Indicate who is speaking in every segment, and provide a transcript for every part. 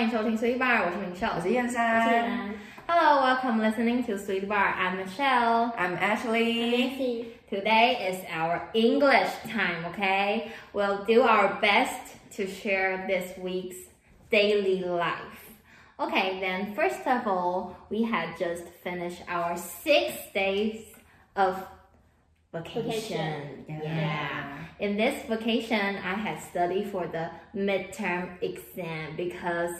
Speaker 1: 迎收听 Sweet Bar，我是明秀，
Speaker 2: 我是燕山
Speaker 3: 然
Speaker 1: Hello, welcome listening to Sweet Bar. I'm Michelle.
Speaker 2: ，I'm Ashley。
Speaker 3: Nancy
Speaker 1: Today is our English time, okay? We'll do our best to share this week's daily life. Okay, then first of all, we had just finished our six days of vacation.
Speaker 3: Vacation.
Speaker 1: Yeah. In this vacation, I had studied for the midterm exam because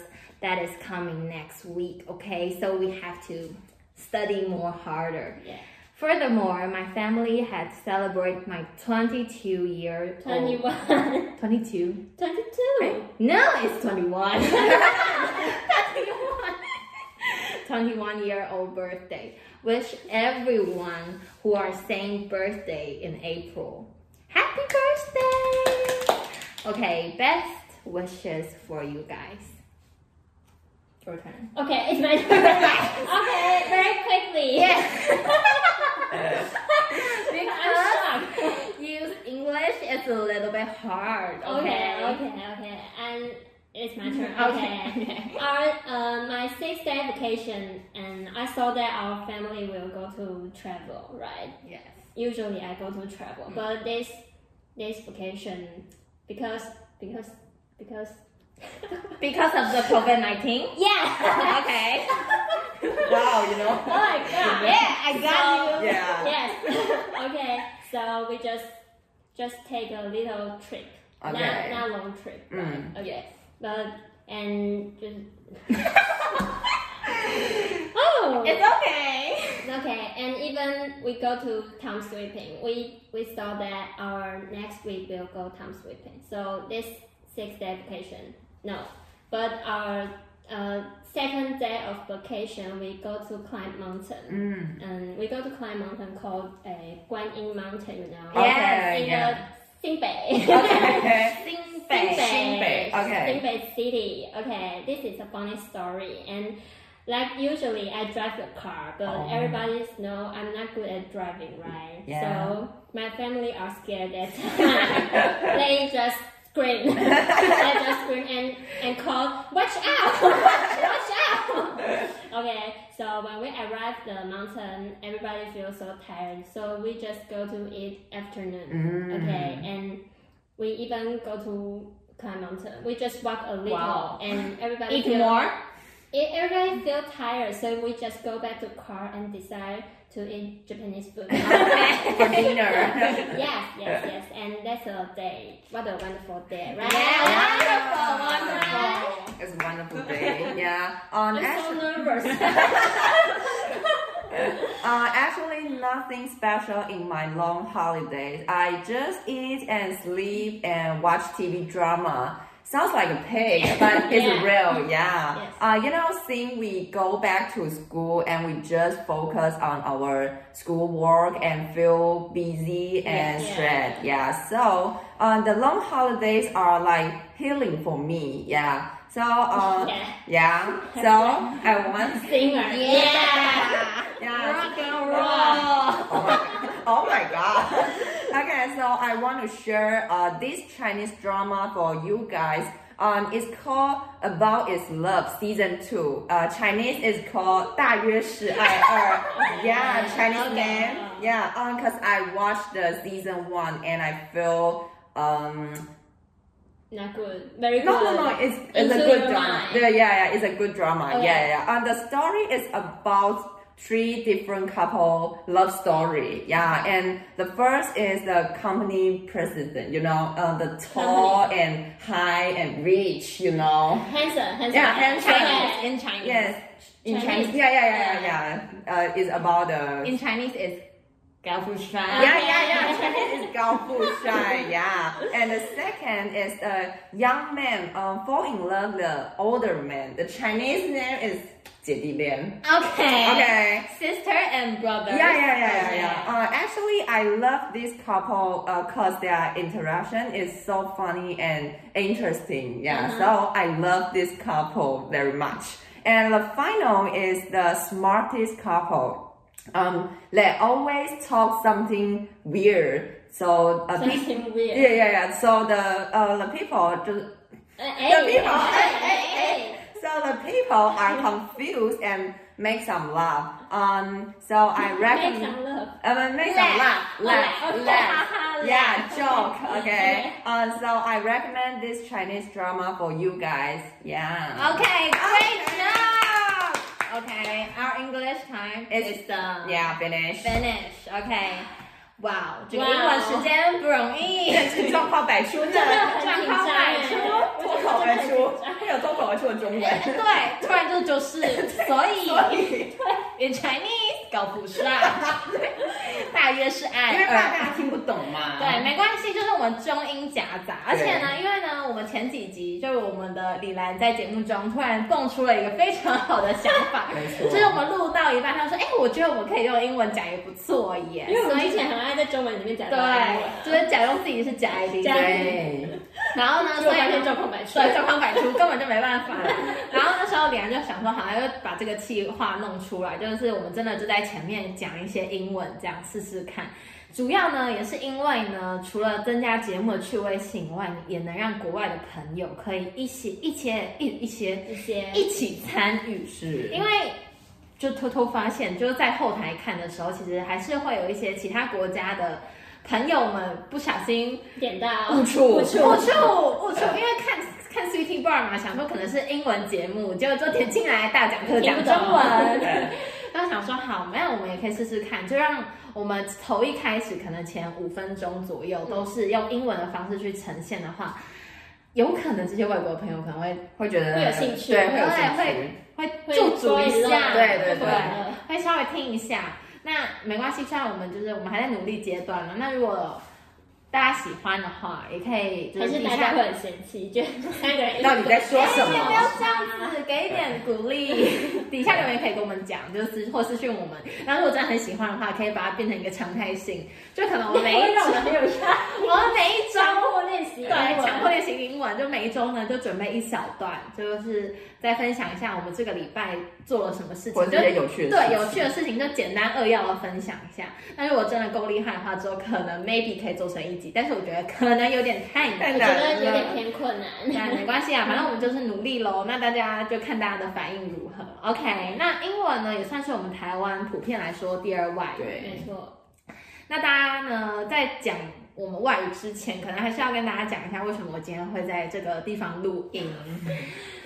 Speaker 1: that is coming next week, okay? So we have to study more harder.
Speaker 3: Yeah.
Speaker 1: Furthermore, my family had celebrated my 22 year old.
Speaker 3: 21
Speaker 1: 22.
Speaker 3: 22
Speaker 1: No, it's 21. 21. 21 year old birthday. Wish everyone who are saying birthday in April. Happy birthday! Okay, best wishes for you guys. Your turn.
Speaker 3: Okay, it's my turn. okay, very quickly.
Speaker 1: Yeah.
Speaker 3: I'm shocked.
Speaker 1: Use English is a little bit hard.
Speaker 3: Okay,
Speaker 1: Okay.
Speaker 3: okay, okay. And it's my turn.
Speaker 1: Okay.
Speaker 3: Okay. Our uh, my six day vacation, and I saw that our family will go to travel, right?
Speaker 1: Yes.
Speaker 3: Usually I go to travel, but this this vacation because because because
Speaker 1: Because of the COVID nineteen.
Speaker 3: yeah.
Speaker 1: okay.
Speaker 2: Wow, you know.
Speaker 3: oh my god.
Speaker 1: Yeah, I got you.
Speaker 2: Yeah.
Speaker 3: Yes. okay. So we just just take a little trip.
Speaker 2: Okay.
Speaker 3: Not not long trip. Right?
Speaker 2: Mm.
Speaker 3: Okay. But and just oh
Speaker 1: It's okay.
Speaker 3: okay. And even we go to town sweeping. We we saw that our next week we'll go town sweeping. So this six day vacation. No, but our uh, second day of vacation we go to climb mountain.
Speaker 2: 嗯
Speaker 3: And we go to climb mountain called uh, Guanyin Mountain, you know.
Speaker 2: Okay,
Speaker 3: Yes, in
Speaker 2: yeah.
Speaker 3: the Xinbei.
Speaker 2: ，OK，
Speaker 1: Sinbad.
Speaker 3: Xinbei.
Speaker 2: Xinbei, okay.
Speaker 3: Xinbei city. Okay, this is a funny story. And like usually I drive the car, but
Speaker 2: Oh.
Speaker 3: everybody knows I'm not good at driving, right?
Speaker 2: Yeah.
Speaker 3: So my family are scared that time. they just scream. they just scream and, and call, watch out! watch out! Okay, so when we arrive the mountain, everybody feels so tired, so we just go to eat afternoon.
Speaker 2: Mm.
Speaker 3: Okay, and we even go to climb mountain. We just walk a little,
Speaker 1: Wow.
Speaker 3: and everybody
Speaker 1: Eat
Speaker 3: feel-
Speaker 1: more.
Speaker 3: it, everybody feel tired, so we just go back to car and decide to eat Japanese food. yes,
Speaker 2: for dinner.
Speaker 3: yes, yes, and that's a day. What a wonderful day, right?
Speaker 1: Yeah,
Speaker 3: Right?
Speaker 1: wonderful,
Speaker 2: It's a wonderful day. Yeah. Um,
Speaker 3: I'm so
Speaker 2: actually,
Speaker 3: nervous.
Speaker 2: uh, actually, nothing special in my long holidays. I just eat and sleep and watch TV drama. Sounds like a pig, but it's
Speaker 3: Yeah.
Speaker 2: real. Yeah.
Speaker 3: Yes.
Speaker 2: Uh, you know, since we go back to school and we just focus on our schoolwork and feel busy and
Speaker 3: Yeah.
Speaker 2: stressed. Yeah. So uh, the long holidays are like healing for me. Yeah. So uh,
Speaker 3: Yeah.
Speaker 2: yeah. So I want.
Speaker 3: Singer. Yeah.
Speaker 2: Yeah.
Speaker 1: Rock and roll.
Speaker 2: Oh my, oh my god. Okay, so I want to share uh, this Chinese drama for you guys. Um, it's called About Is Love Season 2. Uh, Chinese is called 大约是爱二. Er. yeah, Chinese
Speaker 3: Okay.
Speaker 2: name. Yeah, um, cause I watched the season 1 and I feel, um,
Speaker 3: Not good. Very good.
Speaker 2: no, no, no. It's, it's a
Speaker 3: Into
Speaker 2: good
Speaker 3: your
Speaker 2: drama.
Speaker 3: mind.
Speaker 2: Oh. Yeah, yeah, yeah. It's a good drama.
Speaker 3: Okay.
Speaker 2: Yeah, yeah. And the story is about three different couple love story. Yeah, and the first is the company president. You know, uh, the tall and high and rich. You know.
Speaker 3: Handsome, handsome.
Speaker 2: Yeah, handsome.
Speaker 3: Okay.
Speaker 1: In Chinese.
Speaker 2: Yes. In
Speaker 3: Chinese.
Speaker 2: Chinese. Yeah, yeah, yeah, yeah. yeah. Uh, it's about the.
Speaker 1: In Chinese is 高富帅。
Speaker 2: yeah, yeah, yeah. Chinese is Gao Fu Shai. Yeah. And the second is a young man um, fall in love the older man. The Chinese name is 姐弟恋.
Speaker 1: Okay.
Speaker 2: Okay.
Speaker 1: Sister and brother.
Speaker 2: Yeah, yeah, yeah, yeah, yeah. Uh, actually, I love this couple because their interaction is so funny and interesting. Yeah,
Speaker 3: Mm-hmm.
Speaker 2: so I love this couple very much. And the final is the smartest couple. Um, they always talk something weird. So uh, peop-
Speaker 3: Something weird.
Speaker 2: yeah, yeah, yeah. So the uh, the people just
Speaker 3: Uh,
Speaker 2: the people.
Speaker 3: hey, hey, hey.
Speaker 2: So so the people are confused and make some laugh. Um, so I
Speaker 3: Make
Speaker 2: recommend.
Speaker 3: some love.
Speaker 2: Uh, make some laugh, laugh,
Speaker 3: okay,
Speaker 2: laugh.
Speaker 3: haha,
Speaker 2: Yeah,
Speaker 3: laugh.
Speaker 2: joke. Okay. Uh, so I recommend this Chinese drama for you guys. Yeah.
Speaker 1: Okay, great
Speaker 2: Okay.
Speaker 1: job. Okay, our English time
Speaker 2: It's-
Speaker 1: is done.
Speaker 2: Yeah, finish.
Speaker 1: Finish. Okay. Wow，这个
Speaker 3: Wow
Speaker 1: 英文时间不容易。
Speaker 2: 状况百出呢，
Speaker 3: 真的很紧张哎
Speaker 2: 脱口而出，会有脱口而出的中文。
Speaker 1: 对，突然就就是，所 以
Speaker 2: 所以，
Speaker 1: in Chinese 搞不 上，大约是爱
Speaker 2: 因为怕
Speaker 1: 尔。
Speaker 2: 大家听不懂嘛。
Speaker 1: 对，没关系，就是我们中英夹杂，而且呢，因为呢，我们前几集就是我们的李兰在节目中突然蹦出了一个非常好的想法，
Speaker 2: 没错。
Speaker 1: 就是我们录到一半，她说：“哎、我觉得我们可以用英文讲也不错耶。”
Speaker 3: 因为我
Speaker 1: 所
Speaker 3: 们
Speaker 1: 以
Speaker 3: 之前很爱在中文里面讲
Speaker 1: 对，就是假装自己是假 ID，
Speaker 3: 假 ID
Speaker 2: 对，
Speaker 1: 然后呢，
Speaker 3: 就
Speaker 1: 所以
Speaker 3: 完
Speaker 1: 呢
Speaker 3: 全状况百出。
Speaker 1: 对，状况百出，根本就没办法。 然后那时候李安就想说，好像要把这个计划弄出来，就是我们真的就在前面讲一些英文，这样试试看。主要呢，也是因为呢，除了增加节目的趣味性以外，也能让国外的朋友可以一起、一起、一一些
Speaker 3: 一些
Speaker 1: 一起参与。
Speaker 2: 是
Speaker 1: 因为就偷偷发现，就是在后台看的时候，其实还是会有一些其他国家的朋友们不小心
Speaker 3: 点到
Speaker 2: 误触
Speaker 3: 误
Speaker 1: 误
Speaker 3: 触，
Speaker 1: 触误触，
Speaker 3: 呃
Speaker 1: 因为看看 CT Bar 嘛，想说可能是英文节目，结果就点进来大讲特讲中
Speaker 3: 啊
Speaker 1: 文，然后想说好，那我们也可以试试看，就让我们头一开始可能前五分钟左右都
Speaker 3: 嗯
Speaker 1: 是用英文的方式去呈现的话，有可能这些外国朋友可能会
Speaker 2: 会觉得
Speaker 3: 会有兴趣
Speaker 2: 对，会有
Speaker 1: 对会
Speaker 2: 兴趣。
Speaker 1: 会
Speaker 3: 会
Speaker 1: 驻足一下，
Speaker 2: 对对对
Speaker 1: 会稍微听一下。那没关系，虽然我们就是我们还在努力阶段嘛，那如果大家喜欢的话，也可以就
Speaker 3: 还是
Speaker 1: 底
Speaker 3: 大
Speaker 1: 下
Speaker 3: 家会很生气，觉得三个人
Speaker 2: 到底在说什
Speaker 1: 哎不要
Speaker 2: 么？
Speaker 1: 这样子，给一点鼓励。底下留言可以跟我们讲，就是或私讯我们。那如果真的很喜欢的话，可以把它变成一个常态性，就可能我每一
Speaker 3: 让我
Speaker 1: 周，
Speaker 3: 们很有压
Speaker 1: 我们每一周。
Speaker 3: 强迫练习
Speaker 1: 对，
Speaker 3: 英文
Speaker 1: 强迫练习英文，就每一周呢就准备一小段，就是再分享一下我们这个礼拜做了什么事
Speaker 2: 或
Speaker 1: 情，
Speaker 2: 者
Speaker 1: 就
Speaker 2: 这些有趣的事
Speaker 1: 对
Speaker 2: 情
Speaker 1: 有趣的事情就简单扼要的分享一下。那如果真的够厉害的话，之后可能 maybe 可以做成一集，但是我觉得可能有点太难。
Speaker 2: 太
Speaker 3: 我
Speaker 2: 难
Speaker 3: 觉
Speaker 2: 了
Speaker 3: 得有点偏困难。
Speaker 1: 那没关系啊，反正我们就是努力喽。那大家就看大家的反应如何。OK，那英文呢也算是我们台湾普遍来说第二外语。
Speaker 2: 对
Speaker 3: 没错，
Speaker 1: 那大家呢在讲我们外语之前，可能还是要跟大家讲一下为什么我今天会在这个地方录 音。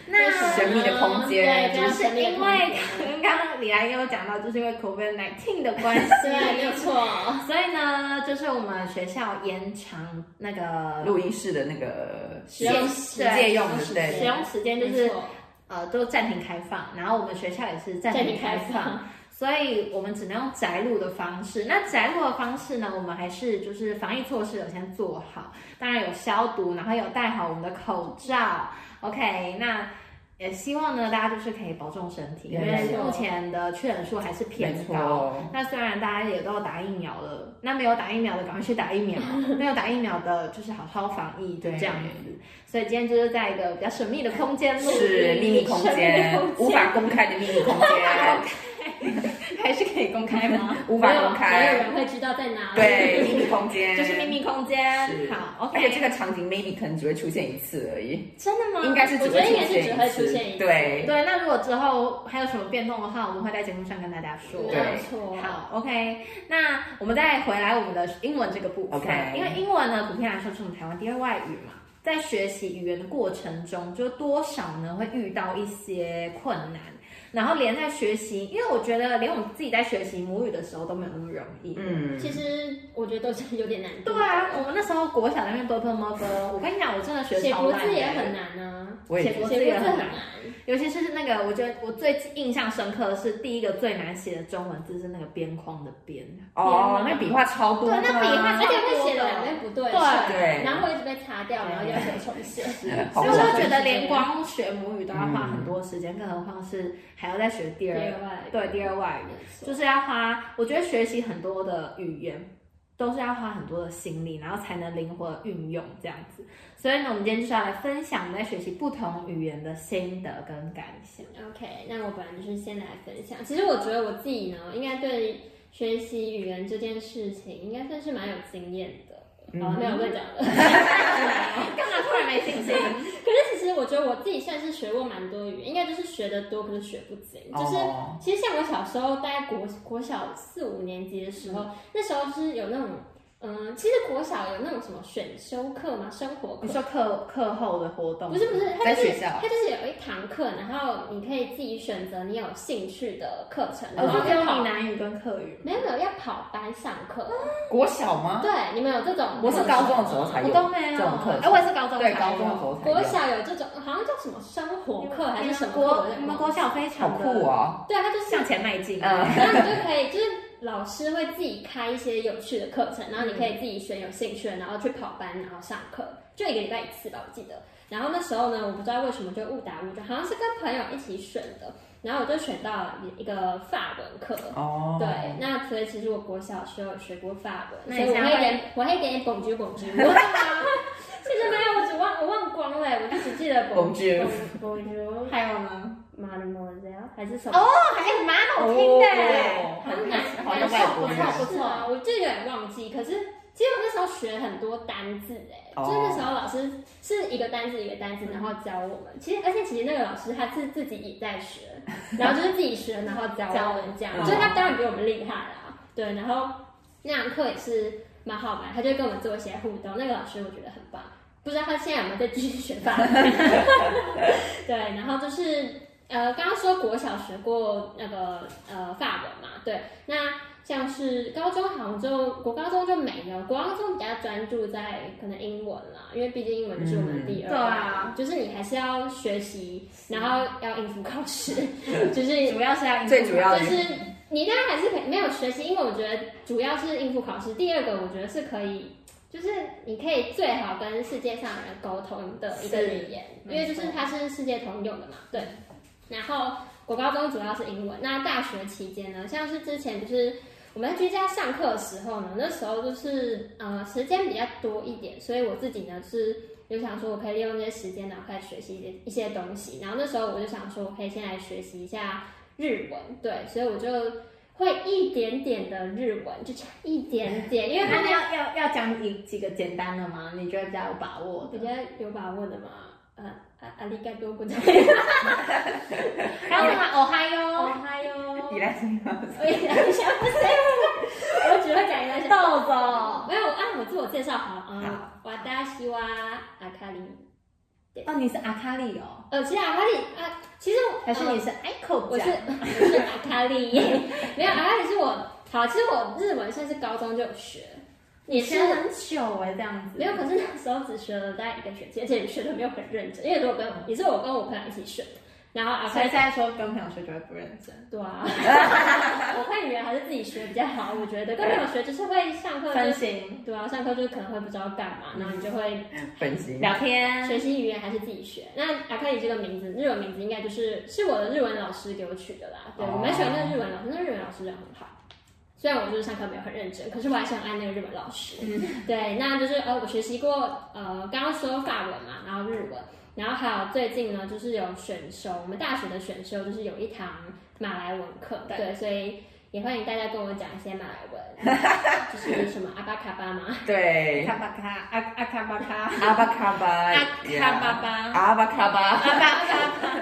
Speaker 1: 那
Speaker 2: 神秘的空间
Speaker 3: 对，
Speaker 1: 就是
Speaker 3: 神秘的
Speaker 1: 因
Speaker 3: 空间
Speaker 1: 为刚刚李兰也有讲到，就是因为 COVID 1 9的 关
Speaker 3: 对，没有
Speaker 1: 系，
Speaker 3: 错，
Speaker 1: 所以呢，就是我们学校延长那个
Speaker 2: 录音室的那个
Speaker 3: 实
Speaker 1: 验
Speaker 3: 用
Speaker 1: 室
Speaker 3: 实
Speaker 2: 借用的
Speaker 3: 实
Speaker 2: 对
Speaker 1: 使用时间就
Speaker 3: 没
Speaker 1: 是
Speaker 3: 错
Speaker 1: 呃，都暂停开放，然后我们学校也是暂停开
Speaker 3: 暂停开
Speaker 1: 放，所以我们只能用宅录的方式。那宅录的方式呢，我们还是就是防疫措施有先做好，当然有消毒，然后有戴好我们的口罩。OK，那也希望呢，大家就是可以保重身体，因
Speaker 2: 没
Speaker 1: 为
Speaker 3: 错
Speaker 1: 目前的确诊数还是
Speaker 2: 没
Speaker 1: 偏高。
Speaker 2: 错，
Speaker 1: 那虽然大家也都打疫苗了，那没有打疫苗的赶快去打疫苗，没有打疫苗的就是好好防疫，就
Speaker 2: 对
Speaker 1: 这样子。所以今天就是在一个比较神秘的空间录
Speaker 2: 是
Speaker 1: 音
Speaker 2: 秘密空间
Speaker 3: 神秘空，间
Speaker 2: 无法公开的秘密空间，
Speaker 1: 还是可以公开吗？
Speaker 2: 无
Speaker 3: 没
Speaker 2: 法
Speaker 3: 有
Speaker 2: 公
Speaker 3: 没有啊
Speaker 2: 开，
Speaker 3: 人会知道在哪里。
Speaker 2: 对，秘密空间，
Speaker 1: 就是秘。密空间。
Speaker 2: 是
Speaker 1: 好
Speaker 2: 而且
Speaker 1: ，OK，
Speaker 2: 这个场景 maybe 可能只会出现一次而已，
Speaker 1: 真的吗？
Speaker 2: 应该是
Speaker 3: 嗯
Speaker 2: 只
Speaker 3: 我觉得应
Speaker 2: 会
Speaker 3: 该
Speaker 2: 出
Speaker 3: 是
Speaker 2: 现
Speaker 3: 只会出
Speaker 2: 次
Speaker 3: 现一次
Speaker 2: 对，
Speaker 1: 对。那如果之后还有什么变动的话，我们会在节目上跟大家说。
Speaker 3: 没
Speaker 2: 对
Speaker 3: 有错，
Speaker 1: 好，OK，那我们再回来我们的英文这个部分
Speaker 2: OK
Speaker 1: 因为英文呢，普遍来说是我们台湾第二外语嘛，在学习语言的过程中，就多少呢会遇到一些困难，然后连在学习，因为我觉得连我自己在学习母语的时候都没有那么容易。
Speaker 2: 嗯，
Speaker 3: 其实我觉得都是有点难度。
Speaker 1: 对啊，我们那时候国小那边 b u r p l e m u r p l 我跟你讲，我真的学
Speaker 3: 写
Speaker 1: 超
Speaker 3: 国
Speaker 1: 烂的
Speaker 3: 字也很难啊，
Speaker 2: 我也
Speaker 1: 写
Speaker 2: 觉
Speaker 3: 写
Speaker 1: 国
Speaker 2: 得
Speaker 1: 字也
Speaker 3: 国字
Speaker 1: 很
Speaker 3: 很
Speaker 1: 难
Speaker 3: 难，，啊
Speaker 1: 尤其是那个，我觉得我最印象深刻的是第一个最难写的中文字是那个边框的边，
Speaker 2: 哦，那笔画超多的啊，
Speaker 1: 对那笔画
Speaker 3: 而且会写的两边不对称，
Speaker 2: 对
Speaker 3: 然后会一直被擦掉，然后要求重写。
Speaker 2: 好
Speaker 1: 所以我
Speaker 2: 多
Speaker 1: 就觉得连光学母语都要花很多时间，更何况是还要再学第
Speaker 3: 对
Speaker 1: 二
Speaker 3: 外，
Speaker 1: 对第二外语，
Speaker 3: 没错
Speaker 1: 就是要花。我觉得学习很多的语言都是要花很多的心力，然后才能灵活地运用这样子。所以呢，我们今天就是要来分享我们在学习不同语言的心得跟感想。
Speaker 3: OK，那我本来就是先来分享。其实我觉得我自己呢，应该对学习语言这件事情，应该算是蛮有经验的。哦，没有会 讲的。
Speaker 1: 嗯干嘛突然没信心？
Speaker 3: 可是其实我觉得我自己算是学过蛮多语言，应该就是学的多，可是学不精。就是、
Speaker 2: 哦
Speaker 3: 其实像我小时候，大概国国小四五年级的时候，那时候就是有那种，嗯、其实国小有那种什么选修课嘛，生活 课
Speaker 1: 你。说课课后的活动？
Speaker 3: 不是不是，它
Speaker 1: 在
Speaker 3: 就是
Speaker 1: 学校
Speaker 3: 它就是有一堂课，然后你可以自己选择你有兴趣的课程，然
Speaker 2: 哦
Speaker 1: 我
Speaker 3: 后
Speaker 1: 是只哦
Speaker 3: 要
Speaker 1: 有
Speaker 3: 跑
Speaker 1: 闽，南语跟客语。
Speaker 3: 没有没有要跑班上课。
Speaker 2: 国小吗？
Speaker 3: 对，你们有这种？
Speaker 2: 哦我是高中的时候才
Speaker 1: 我
Speaker 2: 有
Speaker 1: 都没
Speaker 2: 这
Speaker 1: 有，
Speaker 2: 种课
Speaker 1: 哎，我也是高中
Speaker 2: 对，
Speaker 1: 才
Speaker 2: 高
Speaker 1: 有
Speaker 2: 中的时候才有。
Speaker 3: 国小有这种，好像叫什么生活课还是什
Speaker 1: 你们哎
Speaker 3: 么课
Speaker 1: 国？
Speaker 3: 我有点
Speaker 1: 你们
Speaker 3: 忘
Speaker 1: 国
Speaker 3: 记
Speaker 1: 小非
Speaker 2: 好
Speaker 1: 常
Speaker 2: 酷
Speaker 1: 的
Speaker 2: 哦！
Speaker 3: 对，啊它就是
Speaker 1: 向前迈进。
Speaker 2: 嗯
Speaker 3: 然后你就可以，就是老师会自己开一些有趣的课程，然后你可以自己选有兴趣的，然后去跑班，然后上课，就一个礼拜一次吧，我记得。然后那时候呢，我不知道为什么就误打误撞，好像是跟朋友一起选的，然后我就选到了一个法文课。
Speaker 2: 哦，
Speaker 3: 对，那所以其实我国小时候有学过法文，
Speaker 1: 那
Speaker 3: 所
Speaker 1: 你
Speaker 3: 以我
Speaker 1: 现在
Speaker 3: 会一
Speaker 1: 会
Speaker 3: 点，我会一点蹦啾蹦啾。 啊其实没有，我只忘我忘光了，我就只记得蹦啾
Speaker 2: Bonjour
Speaker 3: 蹦啾
Speaker 1: 还有呢？
Speaker 3: ，Mademoiselle 啊还是什么
Speaker 1: 哦，还蛮好听的，
Speaker 2: 哦
Speaker 1: 很难，
Speaker 2: 好
Speaker 1: 好
Speaker 2: 像
Speaker 1: 像
Speaker 2: 外国人
Speaker 1: 不错不
Speaker 3: 是啊，
Speaker 1: 错。
Speaker 3: 我就有点忘记。可是其实我那时候学很多单字哎、
Speaker 2: 哦
Speaker 3: 就是那时候老师是一个单字一个单字，然后教我们。其实而且其实那个老师他是自己也在学，然后就是自己学，然后教我们这样，
Speaker 2: 教我们
Speaker 3: 所以他当然比我们厉害啦。对，然后那堂课也是蛮好玩，他就跟我们做一些互动。那个老师我觉得很棒，不知道他现在有没有在继续学法文。对，然后就是呃，刚刚说国小学过那个呃法文嘛，对，那像是高中好像就国高中就没了，国高中比较专注在可能英文啦，因为毕竟英文是我们第二
Speaker 1: 嗯对
Speaker 3: 外
Speaker 1: 啊
Speaker 3: 就是你还是要学习，然后要应付考试， 就是
Speaker 1: 主要是要
Speaker 2: 最主要的
Speaker 3: 就是你当然还是可以没有学习，因为我觉得主要是应付考试。第二个，我觉得是可以，就是你可以最好跟世界上的人沟通的一个
Speaker 1: 是
Speaker 3: 语言，因
Speaker 1: 没
Speaker 3: 为就是
Speaker 1: 错
Speaker 3: 它是世界通用的嘛。对。然后我高中主要是英文，那大学期间呢，像是之前就是我们在居家上课的时候呢，那时候就是呃时间比较多一点，所以我自己呢是就想说我可以利用这些时间，然后开始学习一些一些东西。然后那时候我就想说，我可以先来学习一下日文，对，所以我就会一点点的日文，就差一点点，因为
Speaker 1: 那
Speaker 3: 他们
Speaker 1: 你要要要讲一几个简单的吗？你觉得比较有把握
Speaker 3: 比
Speaker 1: 的？
Speaker 3: 较有把握的嘛，呃，啊阿里嘎多 古代，
Speaker 1: 还有什么？哦嗨
Speaker 3: 嗯哦
Speaker 1: 哟，
Speaker 3: 嗨哟
Speaker 2: 依，赖性高
Speaker 3: 我也想不起来，我只会讲一个
Speaker 1: 豆豆。
Speaker 3: 没有，按我自我介绍好
Speaker 2: 好
Speaker 3: 啊，瓦达西哇阿卡里，
Speaker 1: 哦，你是阿卡丽哦，
Speaker 3: 呃，其实阿卡里啊，其实我
Speaker 1: 还是
Speaker 3: 呃
Speaker 1: 你是 Echo
Speaker 3: 我是我是阿卡里， 没有阿卡里是我好，其实我日文算是高中就有学，
Speaker 1: 你
Speaker 3: 也
Speaker 1: 学
Speaker 3: 是
Speaker 1: 很久哎，这样子
Speaker 3: 没有，可是那时候只学了大概一个学期，而且也学的没有很认真，因为我跟也是我跟我朋友一起学的，然 后阿
Speaker 1: 所
Speaker 3: 卡
Speaker 1: 以
Speaker 3: 里
Speaker 1: 现在说跟朋友学就会不认真，
Speaker 3: 对啊，我看语言还是自己学比较好，我觉得跟朋友学就是会上课
Speaker 1: 分
Speaker 3: 就
Speaker 1: 心、
Speaker 3: 对啊，上课就可能会不知道干嘛，然后你就会
Speaker 2: 分析。
Speaker 1: 聊天，
Speaker 3: 学习语言还是自己学。那阿卡里这个名字，日文名字应该就是是我的日文老师给我取的啦。对，
Speaker 2: 哦
Speaker 3: 我蛮喜欢那个日文老师，那个日文老师人很好。虽然我就是上课没有很认真，可是我还是很爱那个日文老师。 对，那就是呃，我学习过呃，刚刚说法文嘛，然后日文，然后还有最近呢，就是有选修，我们大学的选修就是有一堂马来文课，
Speaker 1: 对
Speaker 3: 对，所以也欢迎大家跟我讲一些马来文，就是什么阿巴卡巴嘛，
Speaker 2: 对，
Speaker 1: 卡巴卡，阿阿卡巴卡，
Speaker 2: 阿巴卡巴，
Speaker 3: 哎
Speaker 1: 阿卡巴巴，
Speaker 2: 阿巴卡巴，
Speaker 1: 阿巴卡，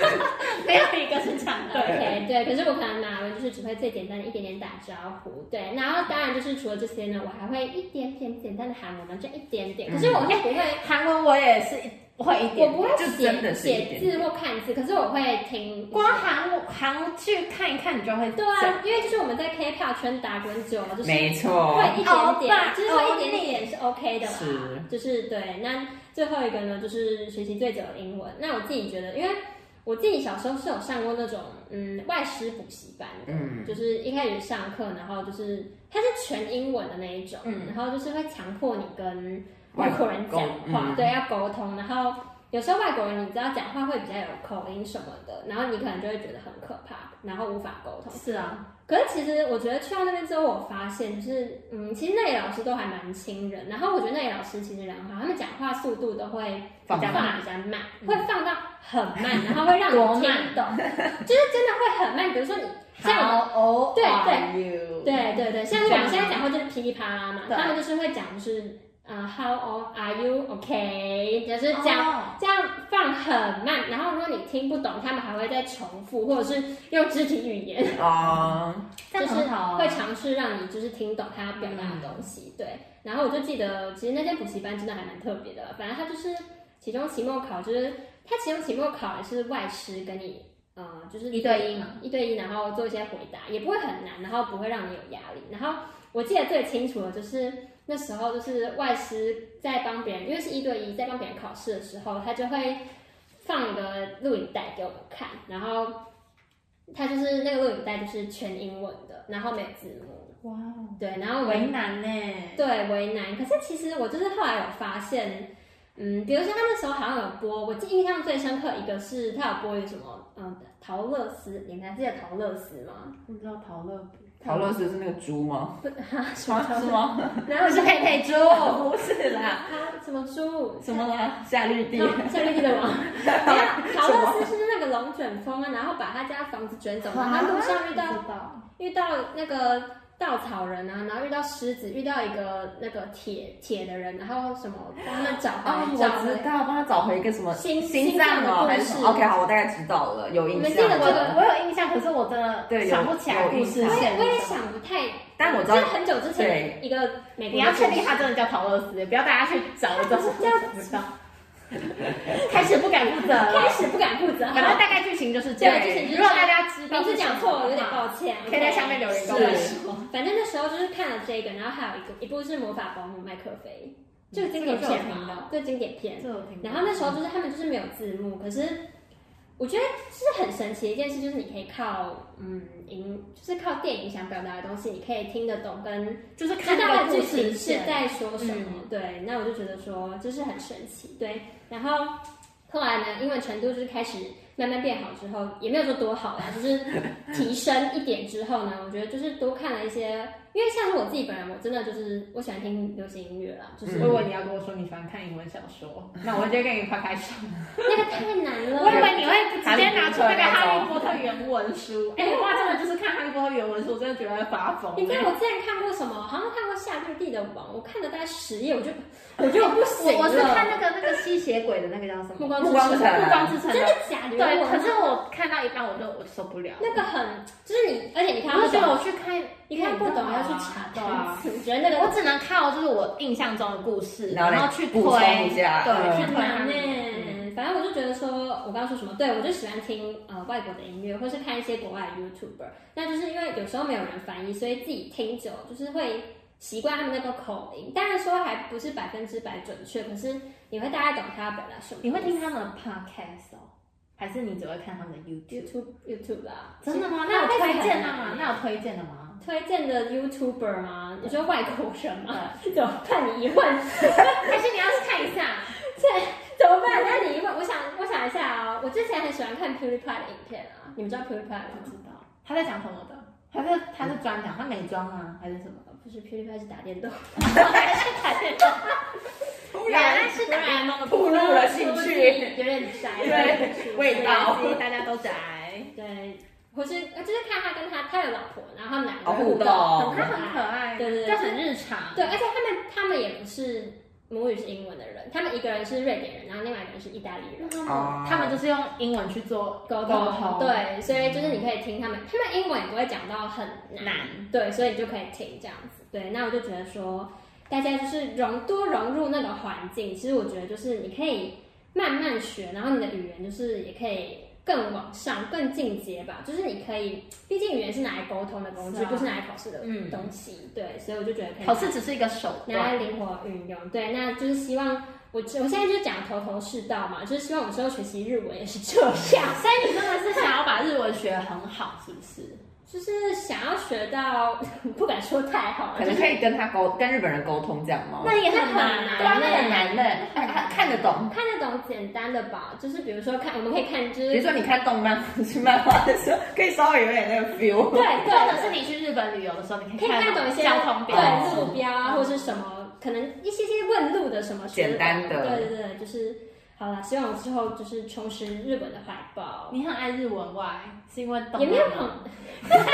Speaker 3: 哎
Speaker 1: 没有一个是唱对。
Speaker 3: OK，对，可是我可能马文就是只会最简单的一点点打招呼，对，然后当然就是除了这些呢，我还会一点点简单的韩文嘛，就一点点，可是我会不会，
Speaker 1: 韩文我也是会
Speaker 2: 嗯
Speaker 1: 一
Speaker 3: 我
Speaker 1: 点，
Speaker 3: 不会
Speaker 2: 就真
Speaker 3: 写
Speaker 2: 的是一
Speaker 3: 写
Speaker 2: 点
Speaker 3: 字或看字，可是我会听。
Speaker 1: 光韩韩剧看一看你就会
Speaker 3: 对啊，因为就是我们在 K-pop 圈打滚久了，就是
Speaker 2: 没
Speaker 3: 会
Speaker 2: 错，
Speaker 3: 一点
Speaker 1: 欧
Speaker 3: 点，
Speaker 1: 巴
Speaker 3: 就是会哦一点点是 OK 的啦。
Speaker 2: 是
Speaker 3: 就是对。那最后一个呢，就是学习最久的英文。那我自己觉得，因为我自己小时候是有上过那种嗯外师补习班的，
Speaker 2: 嗯
Speaker 3: 就是一开始上课，然后就是它是全英文的那一种，
Speaker 1: 嗯
Speaker 3: 然后就是会强迫你跟外国人讲话，
Speaker 2: 嗯
Speaker 3: 对，要沟通，然后。有时候外国人，你知道讲话会比较有口音什么的，然后你可能就会觉得很可怕，然后无法沟通。
Speaker 1: 是啊，
Speaker 3: 可是其实我觉得去到那边之后，我发现就是，嗯，其实那里老师都还蛮亲人，然后我觉得那里老师其实人很好，他们讲话速度都会
Speaker 2: 放
Speaker 3: 比较放
Speaker 2: 慢
Speaker 3: 得比较慢，会放到很慢，然后会让你听不懂，就是真的会很慢。比如说你像我，
Speaker 1: o
Speaker 3: 对
Speaker 1: are you？
Speaker 3: 对对对对，像我们现在讲话就是噼里啪啦嘛，
Speaker 2: 对
Speaker 3: 他们就是会讲就是呃 How old are you? OK，就是
Speaker 2: 哦
Speaker 3: 这样、这样放很慢，然后如果你听不懂，他们还会再重复，或者是用肢体语言，
Speaker 2: 哦，
Speaker 1: 这样
Speaker 3: 就是
Speaker 1: 很好啊
Speaker 3: 会尝试让你就是听懂他表达的东西。对，然后我就记得，其实那间补习班真的还蛮特别的，反正他就是期中、期末考，就是他期中、期末考也是外师跟你。呃，就是
Speaker 1: 一对一嘛，
Speaker 3: 一对一，然后做一些回答，也不会很难，然后不会让你有压力。然后我记得最清楚的就是那时候，就是外师在帮别人，因为是一对一，在帮别人考试的时候，他就会放个录影带给我们看，然后他就是那个录影带就是全英文的，然后没有字幕，
Speaker 1: 哇，
Speaker 3: 对，然后我
Speaker 1: 为
Speaker 3: 们
Speaker 1: 难呢。
Speaker 3: 对为难，可是其实我就是后来有发现。嗯，比如说他那时候好像有播，我印象最深刻一个是他有播一个什么，嗯，陶乐斯，你还记得陶乐斯吗？
Speaker 1: 不知道陶乐不？
Speaker 2: 陶乐斯是那个猪吗？
Speaker 3: 不啊，什么
Speaker 2: 啊是吗？
Speaker 3: 然后
Speaker 1: 是
Speaker 3: 就
Speaker 1: 佩佩猪，
Speaker 2: 不是啦，
Speaker 3: 他什么猪
Speaker 2: 什么啦？夏绿蒂。
Speaker 3: 啊夏绿蒂的 王，没有陶
Speaker 2: 什
Speaker 3: 乐
Speaker 2: 么
Speaker 3: 斯是那个龙卷风啊，然后把他家房子卷走，
Speaker 1: 啊
Speaker 3: 然后他路上遇到
Speaker 1: 不知道
Speaker 3: 遇到那个稻草人啊，然后遇到狮子，遇到一个那个铁铁的人，然后什么帮他们找
Speaker 2: 啊，
Speaker 3: 回找
Speaker 2: 我知
Speaker 3: 回。
Speaker 2: 道，帮他找回一个什么
Speaker 3: 心
Speaker 2: 心
Speaker 3: 脏
Speaker 2: 脏
Speaker 3: 的
Speaker 2: 哦，
Speaker 3: 故
Speaker 2: 还是什
Speaker 3: 事
Speaker 2: 么？OK，好，我大概知道了，有印
Speaker 3: 你们
Speaker 2: 象。
Speaker 3: 记得
Speaker 1: 我
Speaker 3: 这个
Speaker 1: 我有印象，可是我真的
Speaker 2: 对有
Speaker 1: 想不起来故事
Speaker 2: 有
Speaker 3: 我也
Speaker 1: 线
Speaker 3: 我。也想不太，
Speaker 2: 但我知道
Speaker 3: 这是很久之前一个
Speaker 1: 你
Speaker 3: 美国的
Speaker 1: 要
Speaker 3: 故事。
Speaker 1: 确定他真的叫陶乐斯，不要大家去找这种不知道。开始不敢负责
Speaker 3: 开
Speaker 1: 了，
Speaker 3: 始不敢负责，
Speaker 1: 反正大概剧情就是这样
Speaker 3: 对剧情。就是
Speaker 1: 如果大家知道
Speaker 3: 名
Speaker 1: 是
Speaker 3: 字
Speaker 1: 什么
Speaker 3: 讲
Speaker 1: 的话，
Speaker 3: 错了，有点抱歉。
Speaker 1: 可以在下面留言跟我
Speaker 2: 们
Speaker 1: 说。
Speaker 3: 反正那时候就是看了这个，然后还有一个一部是《魔法保姆麦克菲》，这个经典
Speaker 1: 嗯这个我有
Speaker 3: 片
Speaker 1: 听到
Speaker 3: 嘛，这个经典片。
Speaker 1: 这我听过
Speaker 3: 然后那时候就是他们就是没有字幕，可是我觉得就是很神奇的一件事，就是你可以靠嗯影，就是靠电影想表达的东西，你可以听得懂跟
Speaker 1: 就是
Speaker 3: 知
Speaker 1: 看
Speaker 3: 道
Speaker 1: 那
Speaker 3: 的
Speaker 1: 个故
Speaker 3: 剧
Speaker 1: 事
Speaker 3: 情是
Speaker 1: 线，
Speaker 3: 在说什么。对，那我就觉得说就是很神奇。对，然后后来呢，英文程度就是开始慢慢变好之后，也没有说多好啦，就是提升一点之后呢，我觉得就是多看了一些，因为像是我自己本人，我真的就是我喜欢听流行音乐啦，就是
Speaker 1: 我以为你要跟我说你喜欢看英文小说，那我就跟你拍拍 手。
Speaker 3: 那个太难了。
Speaker 1: 我以为你会直接拿出那个《哈利波特》原文书， 哎、我哇，真的就是看《哈利波特》原文书，我真的觉得会发疯、
Speaker 3: 你知道我之前看过什么？好像看过夏绿蒂的网，我看了大概十页，我就 我就不行了。
Speaker 1: 我我是看那个那个吸血鬼的那个叫什
Speaker 3: 暮
Speaker 1: 么？
Speaker 3: 光
Speaker 2: 暮光
Speaker 3: 之
Speaker 2: 之
Speaker 3: 城
Speaker 2: 城，
Speaker 1: 暮光之城
Speaker 3: 真的
Speaker 1: 的。
Speaker 3: 假的？
Speaker 1: 对，可是我看到一半我就我受不了，
Speaker 3: 那个很就是你，而且你看
Speaker 1: 我
Speaker 3: 不
Speaker 1: 就觉得
Speaker 3: 懂，
Speaker 1: 我去看，
Speaker 3: 你看不懂还要去查
Speaker 1: 对啊
Speaker 3: 单。词，我觉得那个
Speaker 1: 我只能靠就是我印象中的故事，
Speaker 2: 然后
Speaker 1: 然
Speaker 2: 来
Speaker 1: 后去推，
Speaker 2: 补充一下
Speaker 1: 对，
Speaker 2: 嗯
Speaker 1: 去
Speaker 3: 很
Speaker 1: 推
Speaker 3: 难呢、
Speaker 1: 它。
Speaker 3: 反正我就觉得说，我刚刚说什么？对我就喜欢听呃外国的音乐，或是看一些国外的 YouTuber。那就是因为有时候没有人翻译，所以自己听久就是会习惯他们那个口音。当然说还不是百分之百准确，可是你会大概懂他要表达什么。
Speaker 1: 你会听他们的 podcast 哦，还是你只会看他们的 YouTube？
Speaker 3: YouTube YouTube 啦？
Speaker 1: 真的吗？
Speaker 3: 其实
Speaker 1: 那有推荐啊的
Speaker 3: podcast 很
Speaker 1: 吗？
Speaker 3: 难
Speaker 1: 那有推荐的吗？
Speaker 3: 推荐的 YouTuber 吗？你说外国人吗？ 怎么办？你一问
Speaker 1: 嗯还是你要去看一 下？
Speaker 3: 怎么办？那你一问，我想我想一下哦，我之前很喜欢看 PewDiePie 的影片啊，你们知道 PewDiePie 吗？
Speaker 1: 不知道他在讲什么的，他是他是专讲，他美妆啊还是什么？
Speaker 3: 不是 PewDiePie 是打 电动，
Speaker 2: 突
Speaker 1: 原来是打电动的
Speaker 2: 暴露了兴趣
Speaker 1: 我自己有点宅，有
Speaker 2: 对
Speaker 1: 点兴趣
Speaker 2: 味道
Speaker 1: 没关系大家都宅。
Speaker 3: 对，或是呃就是看他跟他他有老婆，然后他们两个
Speaker 2: 哦
Speaker 3: 互
Speaker 2: 互
Speaker 3: 动，
Speaker 2: 动
Speaker 1: 他很可爱，
Speaker 3: 对对对
Speaker 1: 就很日常。
Speaker 3: 对，而且他们他们也不是母语是英文的人，他们一个人是瑞典人，然后另外一个人是意大利人。
Speaker 2: 哦
Speaker 1: 他们就是用英文去做
Speaker 3: 沟
Speaker 1: 通，
Speaker 3: 通，，对，所以就是你可以听他们，他们英文也不会讲到很难，
Speaker 1: 难
Speaker 3: 对，所以你就可以听这样子。对，那我就觉得说，大家就是融多融入那个环境，其实我觉得就是你可以慢慢学，然后你的语言就是也可以更往上、更进阶吧。就是你可以，毕竟语言是拿来沟通的工具，
Speaker 1: 是啊
Speaker 3: 不是拿来考试的
Speaker 1: 嗯
Speaker 3: 东西。对，所以我就觉得可以
Speaker 1: 考试只是一个手
Speaker 3: 拿来
Speaker 1: 段。
Speaker 3: 灵活运用。对，那就是希望。我我现在就讲头头是道嘛，就是希望我之后学习日文也是这样。
Speaker 1: 所以你真的是想要把日文学得很好，是不是？
Speaker 3: 就是想要学到，不敢说太好了，
Speaker 2: 可
Speaker 3: 就
Speaker 2: 能
Speaker 3: 是
Speaker 2: 可以跟他沟跟日本人沟通这样吗？
Speaker 1: 也
Speaker 3: 很难
Speaker 1: 啊
Speaker 2: 对啊，那
Speaker 3: 那
Speaker 2: 很难的，哎他看得懂。
Speaker 3: 看得懂简单的吧。就是比如说看，我们可以看，就
Speaker 2: 比
Speaker 3: 是
Speaker 2: 如说你看动漫或是漫画的时候，可以稍微有点那个 feel。
Speaker 3: 对
Speaker 1: 或者
Speaker 3: 对，
Speaker 1: 是你去日本旅游的时候，你
Speaker 3: 可
Speaker 1: 可
Speaker 3: 以
Speaker 1: 以
Speaker 3: 看得懂一些
Speaker 1: 交通标
Speaker 3: 对
Speaker 1: 志。
Speaker 3: 路标啊，或是什么，可能一些些问路的什么学得
Speaker 2: 简单的
Speaker 3: 对对对，就是好了。希望我之后就是充实日本的怀抱，
Speaker 1: 你很爱日文外，是因为懂
Speaker 3: 也没有
Speaker 1: 吗
Speaker 3: 很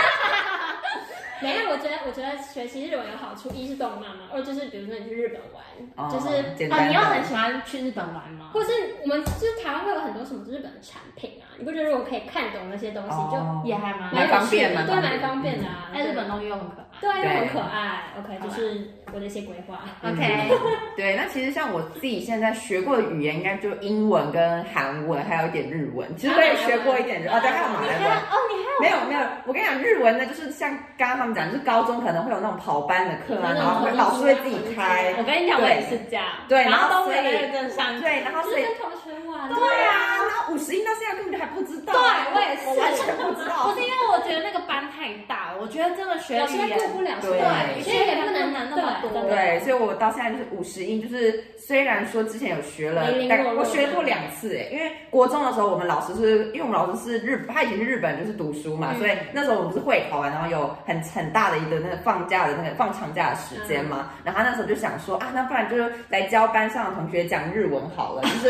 Speaker 3: 没有，我觉得我觉得学习日文有好处，一是动漫嘛，二就是比如说你去日本玩，
Speaker 2: 哦
Speaker 3: 就是
Speaker 2: 简
Speaker 4: 啊，
Speaker 2: 单
Speaker 4: 你
Speaker 2: 的
Speaker 4: 又很喜欢去日本玩吗？
Speaker 3: 或是我们就是台湾会有很多什么日本的产品啊，你不觉得如果可以看懂那些东西，就
Speaker 2: 哦
Speaker 4: 也还蛮，
Speaker 3: 蛮有
Speaker 2: 蛮方便
Speaker 3: 趣的
Speaker 2: 蛮
Speaker 3: 对，蛮
Speaker 2: 方便嗯
Speaker 3: 方便的啊。
Speaker 4: 哎，日本东西又很可爱。
Speaker 3: 对，又很
Speaker 2: 对
Speaker 3: 可爱。OK，就是我的一些规划。
Speaker 1: OK，
Speaker 2: 嗯 对，那其实像我自己现在学过的语言，应该就英文跟韩文，还有一点日文。其实我也学过一点日哦，对，还有马来文。
Speaker 1: 哦，你
Speaker 2: 没有没有，我跟你讲，日文呢，就是像刚刚他们讲，就是高中可能会有那种跑班的课啊，然后老师会自己开，
Speaker 4: 我跟你讲，我也是这样。
Speaker 2: 对
Speaker 4: 然
Speaker 2: 然
Speaker 4: 后
Speaker 2: 后
Speaker 4: 都
Speaker 2: 所以
Speaker 4: 没有认真上。
Speaker 2: 对，然后
Speaker 3: 就
Speaker 2: 所
Speaker 3: 是
Speaker 2: 以
Speaker 3: 跟同学玩，
Speaker 2: 对啊，然后五十音到现在根本就还不知道，
Speaker 1: 对我也是
Speaker 2: 我完全不知
Speaker 4: 不
Speaker 2: 道
Speaker 4: 是。因为我觉得那个班太大，我觉得真的学
Speaker 1: 老
Speaker 4: 语
Speaker 1: 师
Speaker 4: 言
Speaker 1: 顾不了，
Speaker 2: 对
Speaker 1: 对，所以也不能拿那么
Speaker 3: 对
Speaker 1: 多。
Speaker 2: 对，所以我到现在就是五十音，就是虽然说之前有学了
Speaker 3: 零，零
Speaker 2: 大概
Speaker 3: 落落
Speaker 2: 我学过两次哎，因为国中的时候我们老师是，因为我们老师是日，他以前是日本就是读书嘛，所以那时候我们不是会考完，然后有很很大的一个那个放假的那个放长假的时间嘛，然后他那时候就想说啊，那不然就是来教班上的同学讲日文好了，就是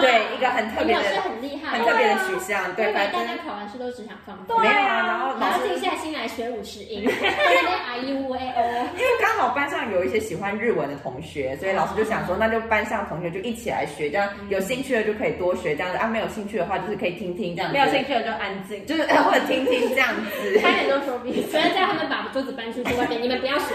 Speaker 2: 对一个很特
Speaker 3: 你
Speaker 2: 别
Speaker 3: 啊老
Speaker 2: 的
Speaker 3: 师很厉害，
Speaker 2: 很特别的取向，
Speaker 3: 对
Speaker 2: 对，
Speaker 3: 吧？
Speaker 2: 反
Speaker 3: 大
Speaker 2: 正
Speaker 3: 家考完试都只想放
Speaker 2: 没
Speaker 3: 空，
Speaker 2: 有啊，然后
Speaker 3: 然
Speaker 2: 老
Speaker 3: 后静
Speaker 2: 师
Speaker 3: 下心来学五十音，那 I U A O，
Speaker 2: 因为 刚好班上有一些喜欢日文的同学，所以老师就想说，那就班上同学就一起来学，这样有兴趣的就可以多学这样子啊，没有兴趣的话就是可以听听这样子，
Speaker 4: 没有兴趣的就安静，
Speaker 2: 就是或者听听这样 子。
Speaker 4: 差点就说闭
Speaker 3: 所以叫他们把桌子搬出去外面，你们不要学。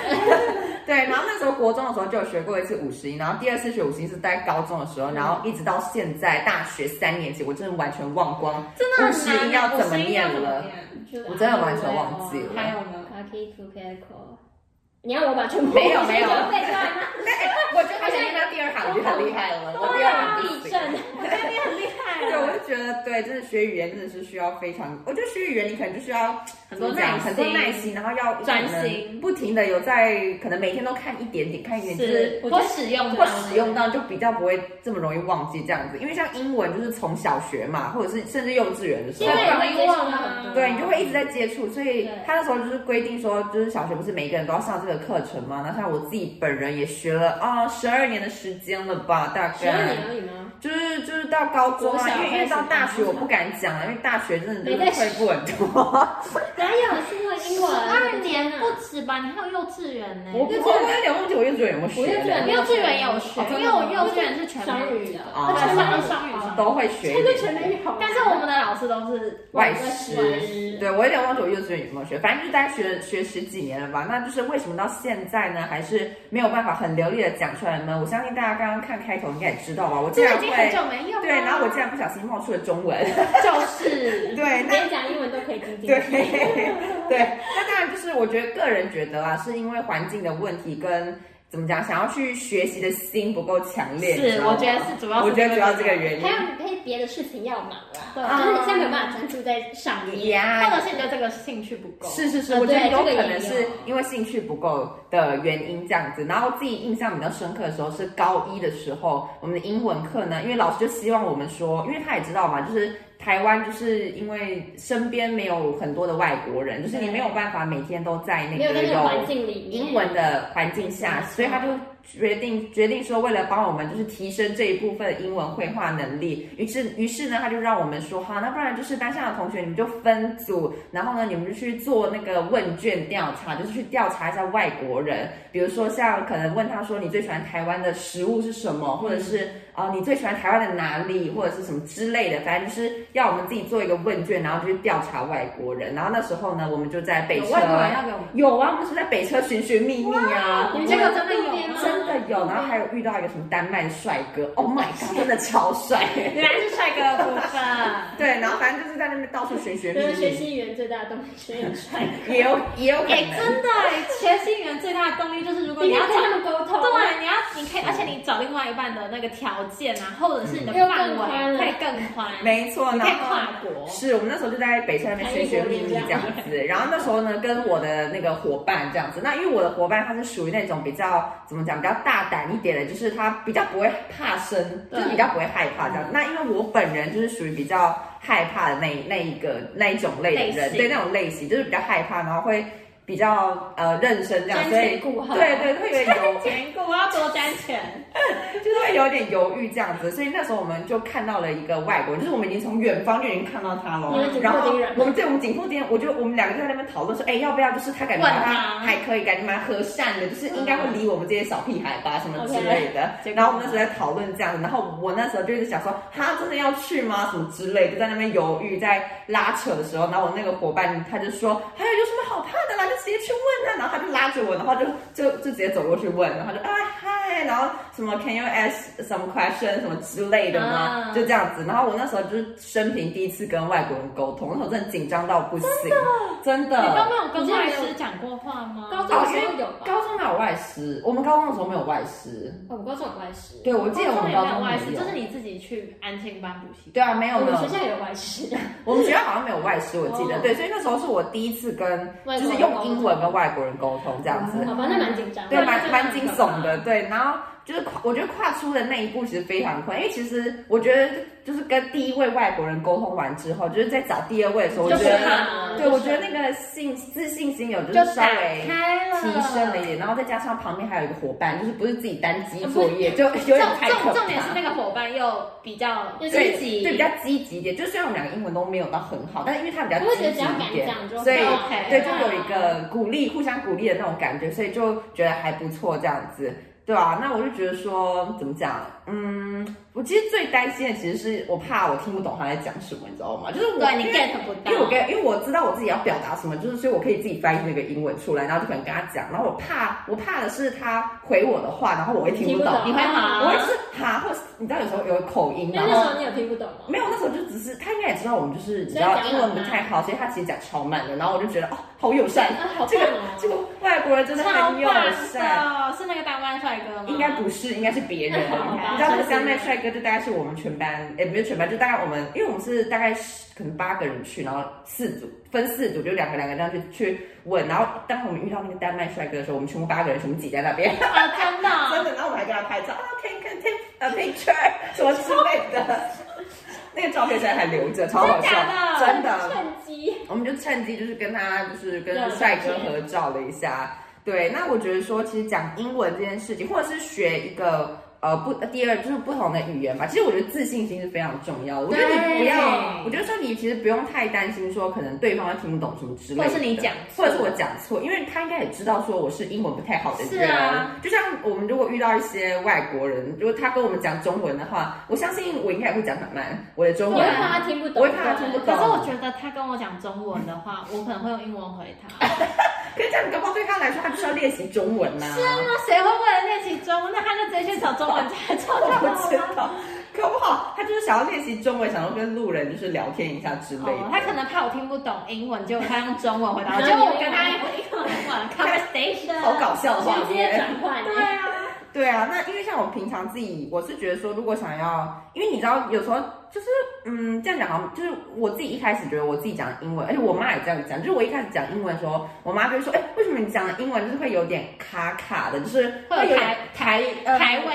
Speaker 2: 对，然后那时候国中的时候就有学过一次五十音，然后第二次学五十音是在高中的时候，然后一直到现在大学三年级，我真的完全忘光
Speaker 4: 真的
Speaker 2: 啊五
Speaker 4: 很
Speaker 2: 十
Speaker 4: 难。
Speaker 2: 音要怎么
Speaker 4: 五十音要
Speaker 2: 念
Speaker 4: 怎么
Speaker 2: 了。
Speaker 4: 念
Speaker 2: 我真的完全忘记了
Speaker 4: 还有呢？
Speaker 3: Kaki Kukeko，你要我把全部
Speaker 2: 没有没有
Speaker 3: 背出来吗？
Speaker 2: 我觉得他现在到第二行我就很厉害了，我第
Speaker 3: 对
Speaker 2: 二
Speaker 3: 啊，
Speaker 2: 行不
Speaker 3: 地
Speaker 2: 行
Speaker 3: 震。
Speaker 4: 我觉得你很厉害
Speaker 2: 对，
Speaker 4: 啊。
Speaker 2: 我就觉得对，真的学语言真的是需要非常，我觉得学语言你可能就需要
Speaker 4: 很多
Speaker 2: 怎么讲
Speaker 4: 耐心
Speaker 2: 很多耐心，然后要
Speaker 4: 专
Speaker 2: 可能
Speaker 4: 心
Speaker 2: 不停的有在可能每天都看一点点，看一点点，就是
Speaker 4: 是，我使用
Speaker 2: 或
Speaker 4: 到
Speaker 3: 啊
Speaker 2: 使用到就比较不会这么容易忘记这样子。因为像英文就是从小学嘛，或者是甚至幼稚园的时候啊
Speaker 4: 现。在也
Speaker 3: 会
Speaker 4: 会
Speaker 3: 忘
Speaker 4: 忘
Speaker 3: 了
Speaker 4: 了
Speaker 3: 很
Speaker 4: 很多。
Speaker 3: 多
Speaker 2: 对，你就会一直在接触，所以
Speaker 3: 嗯对
Speaker 2: 他那时候就是规定说，就是小学不是每一个人都要上这个课程嘛？那像我自己本人也学了啊，十、二年的时间了吧，大概
Speaker 3: 十二年而已吗？
Speaker 2: 就是就是到高中
Speaker 3: 国
Speaker 2: 啊，
Speaker 3: 小
Speaker 2: 因为因
Speaker 3: 开
Speaker 2: 为
Speaker 3: 始
Speaker 2: 到大学
Speaker 3: 吗
Speaker 2: 我不敢讲了，因为大学真的
Speaker 3: 没
Speaker 2: 就
Speaker 3: 在
Speaker 2: 是退步 很多。
Speaker 3: 哪有是会英文？
Speaker 4: 二
Speaker 3: 天
Speaker 4: 年
Speaker 3: 啊
Speaker 4: 不止吧？你还有幼稚园呢。
Speaker 2: 我不我有点忘记我幼稚园有没有
Speaker 3: 我幼
Speaker 2: 学
Speaker 3: 稚园没
Speaker 2: 的，
Speaker 4: 幼稚园有学
Speaker 3: 哦，
Speaker 4: 因
Speaker 3: 真的
Speaker 4: 为
Speaker 3: 吗
Speaker 4: 我幼稚园是全
Speaker 3: 双
Speaker 4: 语
Speaker 3: 语的，
Speaker 2: 哦
Speaker 4: 全
Speaker 3: 双
Speaker 4: 部
Speaker 3: 语
Speaker 4: 是双语的
Speaker 2: 都会学一
Speaker 3: 这个
Speaker 2: 点。
Speaker 3: 全能语好，
Speaker 4: 但是我们的老师都是
Speaker 2: 外
Speaker 3: 师
Speaker 2: 师，对我有点忘记我幼稚园有没有学，反正就是大家学学十几年了吧。那就是为什么到现在呢，还是没有办法很流利的讲出来呢？我相信大家刚刚看开头应该也知道吧，我竟
Speaker 4: 这
Speaker 2: 然
Speaker 4: 已经很
Speaker 2: 会
Speaker 4: 久没用了。
Speaker 2: 对，然后我竟然不小心冒出了中 文，
Speaker 4: 就是
Speaker 2: 对，那
Speaker 3: 连讲英文都可以听进
Speaker 2: 对
Speaker 3: 去。
Speaker 2: 对，那当然就是我觉得个人觉得啦，是因为环境的问题跟怎么讲，想要去学习的心不够强烈。你知
Speaker 4: 是，
Speaker 2: 道吗
Speaker 4: 我觉得是主要，
Speaker 2: 我觉得主要这个原因
Speaker 3: 还。有你可以别的事情要忙啦，
Speaker 4: 对
Speaker 3: 就是你现在没有办法专注在上面。
Speaker 4: 因，或
Speaker 2: 呀，
Speaker 4: 者是你的这个兴趣不够。
Speaker 2: 是是是，
Speaker 3: 呃
Speaker 2: 我觉得
Speaker 3: 对
Speaker 2: 有
Speaker 3: 这个
Speaker 2: 可
Speaker 3: 也
Speaker 2: 能
Speaker 3: 有
Speaker 2: 是因为兴趣不够的原因这样子。然后自己印象比较深刻的时候是高一的时候，我们的英文课呢，因为老师就希望我们说，因为他也知道嘛，就是台湾就是因为身边没有很多的外国人，就是你没有办法每天都在那
Speaker 3: 没有
Speaker 2: 个
Speaker 3: 在那
Speaker 2: 有
Speaker 3: 个环境里面，
Speaker 4: 嗯
Speaker 2: 英文的环境下，所以他就决定决定说，为了帮我们就是提升这一部分英文绘画能力，于是于是呢，他就让我们说，好，那不然就是班上的同学，你们就分组，然后呢，你们就去做那个问卷调查，就是去调查一下外国人，比如说像可能问他说，你最喜欢台湾的食物是什么，或
Speaker 4: 嗯
Speaker 2: 者是啊、呃你最喜欢台湾的哪里，或者是什么之类的，反正就是要我们自己做一个问卷，然后就去调查外国人，然后那时候呢，我们就在北
Speaker 4: 有
Speaker 2: 车。
Speaker 4: 外国人要给我们
Speaker 2: 有啊，我们是在北车寻寻觅觅啊
Speaker 3: 你，
Speaker 4: 们这
Speaker 3: 们
Speaker 4: 个真
Speaker 3: 真的
Speaker 4: 的
Speaker 3: 有
Speaker 4: 有
Speaker 3: 吗
Speaker 4: 吗？
Speaker 2: 真的有。然后还有遇到一个什么丹麦帅哥，Oh my god，真的超帅。
Speaker 4: 原来是帅哥的部 分，哎
Speaker 2: 对，然后反正就是在那边到处寻寻
Speaker 3: 就是学
Speaker 2: 觅
Speaker 3: 习语言最大的动力，学 语帅哥。
Speaker 2: 觅，也有也有可
Speaker 4: 哎、
Speaker 2: 能。
Speaker 4: 真的、学习语言最大的动力就是如果
Speaker 3: 你
Speaker 4: 你
Speaker 3: 要
Speaker 4: 要
Speaker 3: 跟
Speaker 4: 找，
Speaker 3: 他们沟通，
Speaker 4: 对，你要你可以，而且你找另外一半的那个条件啊，或者是你的范
Speaker 3: 嗯又更宽
Speaker 4: 围
Speaker 3: 了
Speaker 4: 可以更宽，
Speaker 2: 没错，
Speaker 4: 你
Speaker 2: 然
Speaker 4: 可以
Speaker 2: 后。
Speaker 4: 跨国。
Speaker 2: 是我们那时候就在北车那边寻寻觅觅这样子，然后那时候呢，跟我的那个伙伴这样子，那因为我的伙伴他是属于那种比较怎么讲，比较大胆一点的，就是他比较不会怕生，就是比较不会害怕这样。
Speaker 4: 嗯
Speaker 2: 那因为我本人就是属于比较害怕的那一那一个那一种类的
Speaker 4: 类
Speaker 2: 人，
Speaker 4: 型
Speaker 2: 对那种类型，就是比较害怕，然后会。比较呃认真这样，
Speaker 4: 瞻
Speaker 2: 所以
Speaker 4: 前顾后
Speaker 2: 对对，会有点犹
Speaker 3: 前顾我要多瞻前，
Speaker 2: 就是会有点犹豫这样子，所以那时候我们就看到了一个外国人，就是我们已经从远方就已经看到他了
Speaker 3: 你们。紧
Speaker 2: 然
Speaker 3: 迫
Speaker 2: 后
Speaker 3: 盯人
Speaker 2: 我们对我们紧迫盯人，我就我们两个就在那边讨论说，哎，要不要就是他感觉
Speaker 4: 问
Speaker 2: 他
Speaker 4: 他
Speaker 2: 还可以，感觉蛮和善的，就是应该会理我们这些小屁孩吧什么之类的。
Speaker 4: OK
Speaker 2: 然后我们那时候在讨论这样子，然后我那时候就是想说，他真的要去吗？什么之类的，就在那边犹豫，在拉扯的时候，然后我那个伙伴他就说，还有有什么好怕的啦，就直接去问啊。然后他就拉着我，然后就就就直接走过去问，然后就啊嗨，然后什么 Can you ask some question 什么之类的
Speaker 4: 啊
Speaker 2: 吗？就这样子。然后我那时候就是生平第一次跟外国人沟通，那时候真的紧张到不行，真的。
Speaker 4: 你刚刚有
Speaker 3: 你
Speaker 4: 跟
Speaker 3: 这样
Speaker 4: 外
Speaker 3: 有
Speaker 4: 师讲过话吗？
Speaker 3: 高中的时候有吧？
Speaker 2: 高中哪有外师？我们高中的时候没有外师。
Speaker 3: 哦我们高中有外师，
Speaker 2: 对，我记得我
Speaker 4: 中
Speaker 2: 们
Speaker 4: 也
Speaker 2: 高
Speaker 4: 没有
Speaker 2: 中
Speaker 4: 外师，
Speaker 2: 没
Speaker 4: 就是你自己去安庆班补习。
Speaker 2: 对啊，没有
Speaker 3: 哦我
Speaker 2: 没
Speaker 3: 们
Speaker 2: 有
Speaker 3: 学，校也有外师，
Speaker 2: 我们学校好像没有外师，我记得。
Speaker 3: 哦
Speaker 2: 对，所以那时候是我第一次跟，
Speaker 3: 外
Speaker 2: 就
Speaker 3: 国
Speaker 2: 是
Speaker 3: 人
Speaker 2: 用英文跟外国人沟通这样子。
Speaker 4: 哦
Speaker 3: 好吧，那蛮紧张的，
Speaker 2: 对，哦蛮蛮惊悚的，对。然后就是跨，我觉得跨出的那一步其实非常困难，因为其实我觉得就是跟第一位外国人沟通完之后，就是在找第二位的时候，我
Speaker 4: 就
Speaker 2: 觉
Speaker 4: 是
Speaker 2: 得，
Speaker 4: 他
Speaker 2: 对我觉得那个信自信心有就是
Speaker 4: 就
Speaker 2: 稍
Speaker 4: 打
Speaker 2: 微。
Speaker 4: 开了，
Speaker 2: 提升了一点，然后再加上旁边还有一个伙伴，就是不是自己单机作业，就有
Speaker 4: 呃重
Speaker 2: 点太可怕。
Speaker 4: 重重点是那个伙伴又比较
Speaker 3: 对
Speaker 2: 对
Speaker 4: 积极，
Speaker 2: 对，比较积极一点。就虽然我们两个英文都没有到很好，但是因为他比较
Speaker 3: 我会觉啊
Speaker 2: 积
Speaker 3: 得只
Speaker 2: 极
Speaker 3: 要敢
Speaker 2: 一点
Speaker 3: 讲就，
Speaker 2: 所以
Speaker 4: OK，
Speaker 2: 对，就有一个鼓励，互相鼓励的那种感觉，所以就觉得还不错这样子。对啊，那我就觉得说，怎么讲？嗯，我其实最担心的其实是我怕我听不懂他在讲什么，你知道吗？就是我
Speaker 1: 啊
Speaker 4: 对你
Speaker 2: 因为
Speaker 4: get 不
Speaker 2: 因为我
Speaker 4: 到。
Speaker 2: 跟因为我知道我自己要表达什么，就是所以我可以自己翻译那个英文出来，然后就可能跟他讲。然后我怕我怕的是他回我的话，然后我会听不懂，
Speaker 4: 你会
Speaker 2: 我会
Speaker 4: 好，
Speaker 2: 是哈，或是你知道有时候有口音，
Speaker 3: 啊那
Speaker 2: 然
Speaker 3: 那
Speaker 2: 后
Speaker 3: 时候你有听不懂吗？
Speaker 2: 没有，那时候就只是他应该也知道我们就是你知
Speaker 3: 所以讲
Speaker 2: 道
Speaker 3: 很
Speaker 2: 英文不太好，所以他其实讲超慢的。然后我就觉得哦，好友善，
Speaker 3: 啊，好棒
Speaker 2: 这个这
Speaker 3: 哦！
Speaker 2: 个外国人真的
Speaker 4: 超
Speaker 2: 很友善。
Speaker 4: 棒的，是那个大湾帅哥吗？
Speaker 2: 应该不是，应该是别人。啊
Speaker 3: 好吧
Speaker 2: 你知道那个香奈帅哥就大概是我们全班，也、不是全班，就大概我们，因为我们是大概十可能八个人去，然后四组分四组，就两个两个这样去去问。然后当我们遇到那个丹麦帅哥的时候，我们全部八个人全部挤在那边，
Speaker 4: 啊，真的，
Speaker 2: 真的，然后我们还跟他拍照啊，can can take a 呃 picture 什么之类 的。那个照片现在还留着，超好笑，
Speaker 4: 真假的
Speaker 2: 真的。
Speaker 3: 趁机，
Speaker 2: 我们就趁机就是跟他就是跟帅哥合照了一下。对，那我觉得说，其实讲英文这件事情，或者是学一个呃不呃第二就是不同的语言吧。其实我觉得自信心是非常重要的。我觉得你不要，
Speaker 4: 对
Speaker 2: 我觉得说你其实不用太担心说可能对方会听不懂什么之类的，
Speaker 4: 或者是你讲错
Speaker 2: 或者是我讲错，因为他应该也知道说我是英文不太好的人。
Speaker 4: 是啊
Speaker 2: 就像我们如果遇到一些外国人，如果他跟我们讲中文的话，我相信我应该也会讲很慢我的中
Speaker 3: 我
Speaker 2: 文
Speaker 3: 会。
Speaker 4: 啊
Speaker 3: 怕他听不懂，
Speaker 2: 我会怕他听不懂
Speaker 4: 可是我觉得他跟我讲中文的话，我可能会用英文回 他。
Speaker 2: 可是这样，搞不好对他来说，他就是要练习中文呐、
Speaker 4: 是啊，谁会为了练习中文？那他就直接去找中文家教
Speaker 2: 我
Speaker 4: 就好
Speaker 2: 不知
Speaker 4: 了。
Speaker 2: 道，搞不好他就是想要练习中文，想要跟路人就是聊天一下之类的
Speaker 4: 哦，。他可能怕我听不懂英文，结果他用中文回答我，
Speaker 3: 然后
Speaker 4: 结果我
Speaker 3: 你
Speaker 4: 跟
Speaker 3: 用
Speaker 4: 他
Speaker 3: 英
Speaker 4: 用英文 conversation。
Speaker 2: 好搞笑的画
Speaker 3: 直接
Speaker 2: 面。
Speaker 3: 转换，
Speaker 2: 对啊，对啊。那因为像我平常自己，我是觉得说，如果想要，因为你知道，有时候就是，嗯，这样讲好像就是我自己一开始觉得我自己讲英文，而且我妈也这样讲，就是我一开始讲英文的时候，我妈就会说，哎、为什么你讲英文就是会有点卡卡的，就是
Speaker 4: 会有
Speaker 2: 有
Speaker 4: 台
Speaker 2: 点台呃
Speaker 4: 台位，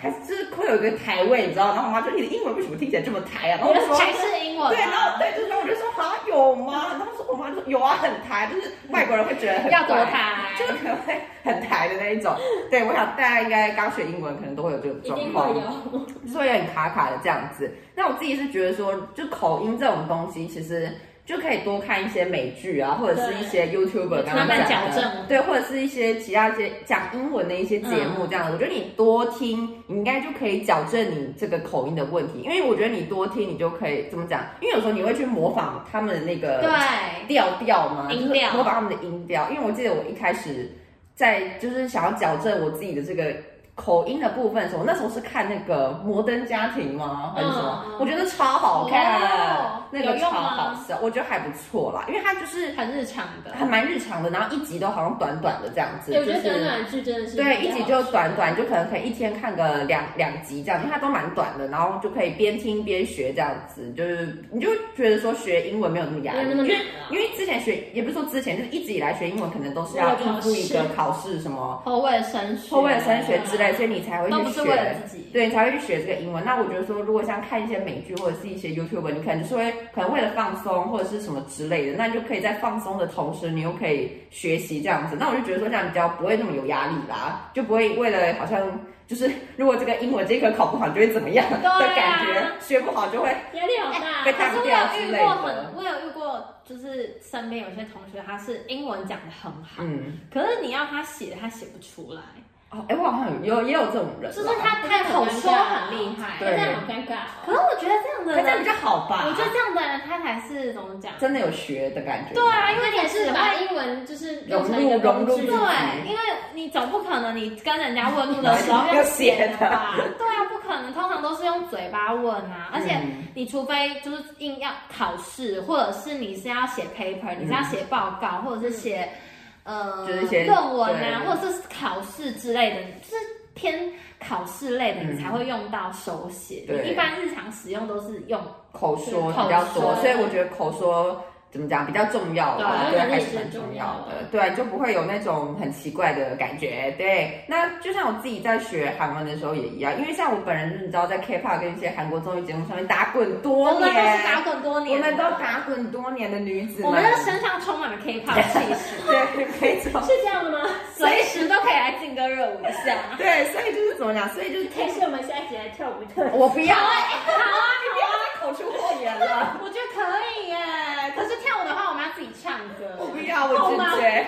Speaker 2: 还是就是会有一个台位，你知道？然后我妈说你的英文为什么听起来这么台啊？然后
Speaker 4: 我
Speaker 2: 我就
Speaker 4: 的
Speaker 2: 说。
Speaker 4: 台式英文
Speaker 2: 对，然后对，就是然后我就说啊有吗？然后说我妈就说有啊，很台，就是外国人会觉得很
Speaker 4: 要多
Speaker 2: 怪，
Speaker 4: 台，
Speaker 2: 就是可能会很台的那一种。对，我想大家应该刚学英文，可能都会有这种
Speaker 3: 一定
Speaker 2: 状
Speaker 3: 会
Speaker 2: 况。
Speaker 3: 有。
Speaker 2: 所以很卡卡的这样子。那我自己是觉得说，就口音这种东西，其实就可以多看一些美剧啊，或者是一些 YouTuber 刚刚
Speaker 4: 慢慢
Speaker 2: 讲的
Speaker 4: 矫正
Speaker 2: 对，或者是一些其他一些讲英文的一些节目
Speaker 4: 嗯
Speaker 2: 这样的。我觉得你多听，你应该就可以矫正你这个口音的问题，因为我觉得你多听，你就可以怎么讲？因为有时候你会去模仿他们的那个
Speaker 4: 对，啊
Speaker 2: 调调吗？
Speaker 4: 音调
Speaker 2: 就是模仿他们的音调。因为我记得我一开始在就是想要矫正我自己的这个口音的部分的时候，我那时候是看那个《摩登家庭》吗？还是什么？
Speaker 3: 嗯嗯
Speaker 2: 我觉得超好看，
Speaker 4: 哦
Speaker 2: 那个
Speaker 4: 有
Speaker 2: 超
Speaker 4: 用吗
Speaker 2: 好笑，我觉得还不错啦，因为它就是
Speaker 4: 很日常的。
Speaker 2: 还蛮日常的，然后一集都好像短短的这样子，
Speaker 3: 对，我觉
Speaker 2: 就
Speaker 3: 得
Speaker 2: 是
Speaker 3: 短短剧真的是
Speaker 2: 对，一集就短短，就可能可以一天看个两两集这样，因为它都蛮短的，然后就可以边听边学这样子，就是你就觉得说学英文没有那么压
Speaker 3: 没有那
Speaker 2: 力，因
Speaker 3: 么
Speaker 2: 为
Speaker 3: 难啊
Speaker 2: 因为之前学也不是说之前，就是一直以来学英文可能都是
Speaker 3: 为
Speaker 2: 要
Speaker 3: 了
Speaker 2: 应
Speaker 3: 考
Speaker 2: 付一个
Speaker 3: 试啊
Speaker 2: 考试什么。
Speaker 4: 后卫升学，
Speaker 2: 或为了升学之类对，所以你才会
Speaker 1: 都不
Speaker 2: 去
Speaker 1: 是为了
Speaker 2: 学。
Speaker 1: 自己。
Speaker 2: 对，你才会去学这个英文。那我觉得说，如果像看一些美剧或者是一些 YouTube，文你可能就是会可能为了放松或者是什么之类的，那你就可以在放松的同时，你又可以学习这样子。那我就觉得说这样比较不会那么有压力啦，就不会为了好像就是如果这个英文这一科考不好，你就会怎么样的
Speaker 1: 对啊
Speaker 2: 感觉，学不好就会
Speaker 3: 压力好大
Speaker 2: 被。
Speaker 1: 可是
Speaker 2: 当
Speaker 1: 我
Speaker 2: 掉
Speaker 1: 有
Speaker 2: 之
Speaker 1: 遇
Speaker 2: 类
Speaker 1: 过
Speaker 2: 的。
Speaker 1: 很，我有遇过，就是身边有些同学，他是英文讲的很好，
Speaker 2: 嗯，
Speaker 1: 可是你要他写，他写不出来，
Speaker 2: 哦，哎，我好像有也有这种人啦，
Speaker 1: 就是他
Speaker 3: 不是
Speaker 1: 他
Speaker 3: 很
Speaker 1: 口
Speaker 3: 尴
Speaker 1: 说
Speaker 3: 尬
Speaker 1: 很厉害，
Speaker 2: 对
Speaker 3: 这样好尴尬
Speaker 1: 可
Speaker 3: 哦。
Speaker 1: 是我觉得这样的
Speaker 2: 可这样
Speaker 1: 人
Speaker 2: 比，较好吧？
Speaker 1: 我觉得这样的人他才是怎么讲？
Speaker 2: 真的有学的感觉。
Speaker 1: 对啊，因为
Speaker 3: 也
Speaker 1: 你
Speaker 3: 是
Speaker 1: 只
Speaker 3: 把
Speaker 1: 会。
Speaker 3: 英文就是用成一个
Speaker 2: 融入
Speaker 3: 工
Speaker 2: 融
Speaker 3: 具
Speaker 2: 入，
Speaker 1: 对，因为你总不可能你跟人家问路的时候
Speaker 2: 要写的
Speaker 1: 吧？对啊，不可能，通常都是用嘴巴问啊，而且
Speaker 2: 嗯
Speaker 1: 你除非就是硬要考试，或者是你是要写 paper，、你是要写报告，或者是写呃
Speaker 2: 嗯就是写
Speaker 1: 论文啊，
Speaker 2: 对
Speaker 1: 或者是考试之类的，就是偏考试类的，
Speaker 2: 嗯
Speaker 1: 你才会用到手写。
Speaker 2: 对
Speaker 1: 你一般日常使用都是用
Speaker 2: 口说比较
Speaker 1: 口
Speaker 2: 多，
Speaker 1: 说
Speaker 2: 所以我觉得口说怎么讲比较重要吧，
Speaker 3: 对
Speaker 2: 对，还是蛮重要的，对，就不会有那种很奇怪的感觉。对，那就像我自己在学韩文的时候也一样，因为像我本人，你知道在 K-pop 跟一些韩国综艺节目上面打滚多
Speaker 1: 我们都是打
Speaker 2: 年，
Speaker 1: 滚多
Speaker 2: 我
Speaker 1: 年的，
Speaker 2: 们都打滚多年的女子们，
Speaker 1: 我们的身上充满了 K-pop 气 息，
Speaker 2: 对，没错，
Speaker 3: 是这样的吗？
Speaker 1: 随时都可以来劲歌热舞一下。
Speaker 2: 对，所以就是怎么讲，所以 就是
Speaker 3: 还是我们下一集来跳舞的？
Speaker 2: 我不要，好啊，你不要再口出祸言了。
Speaker 1: 我觉得可以耶，可是跳舞的话，我们要自己唱歌。
Speaker 2: 我不要，我拒绝，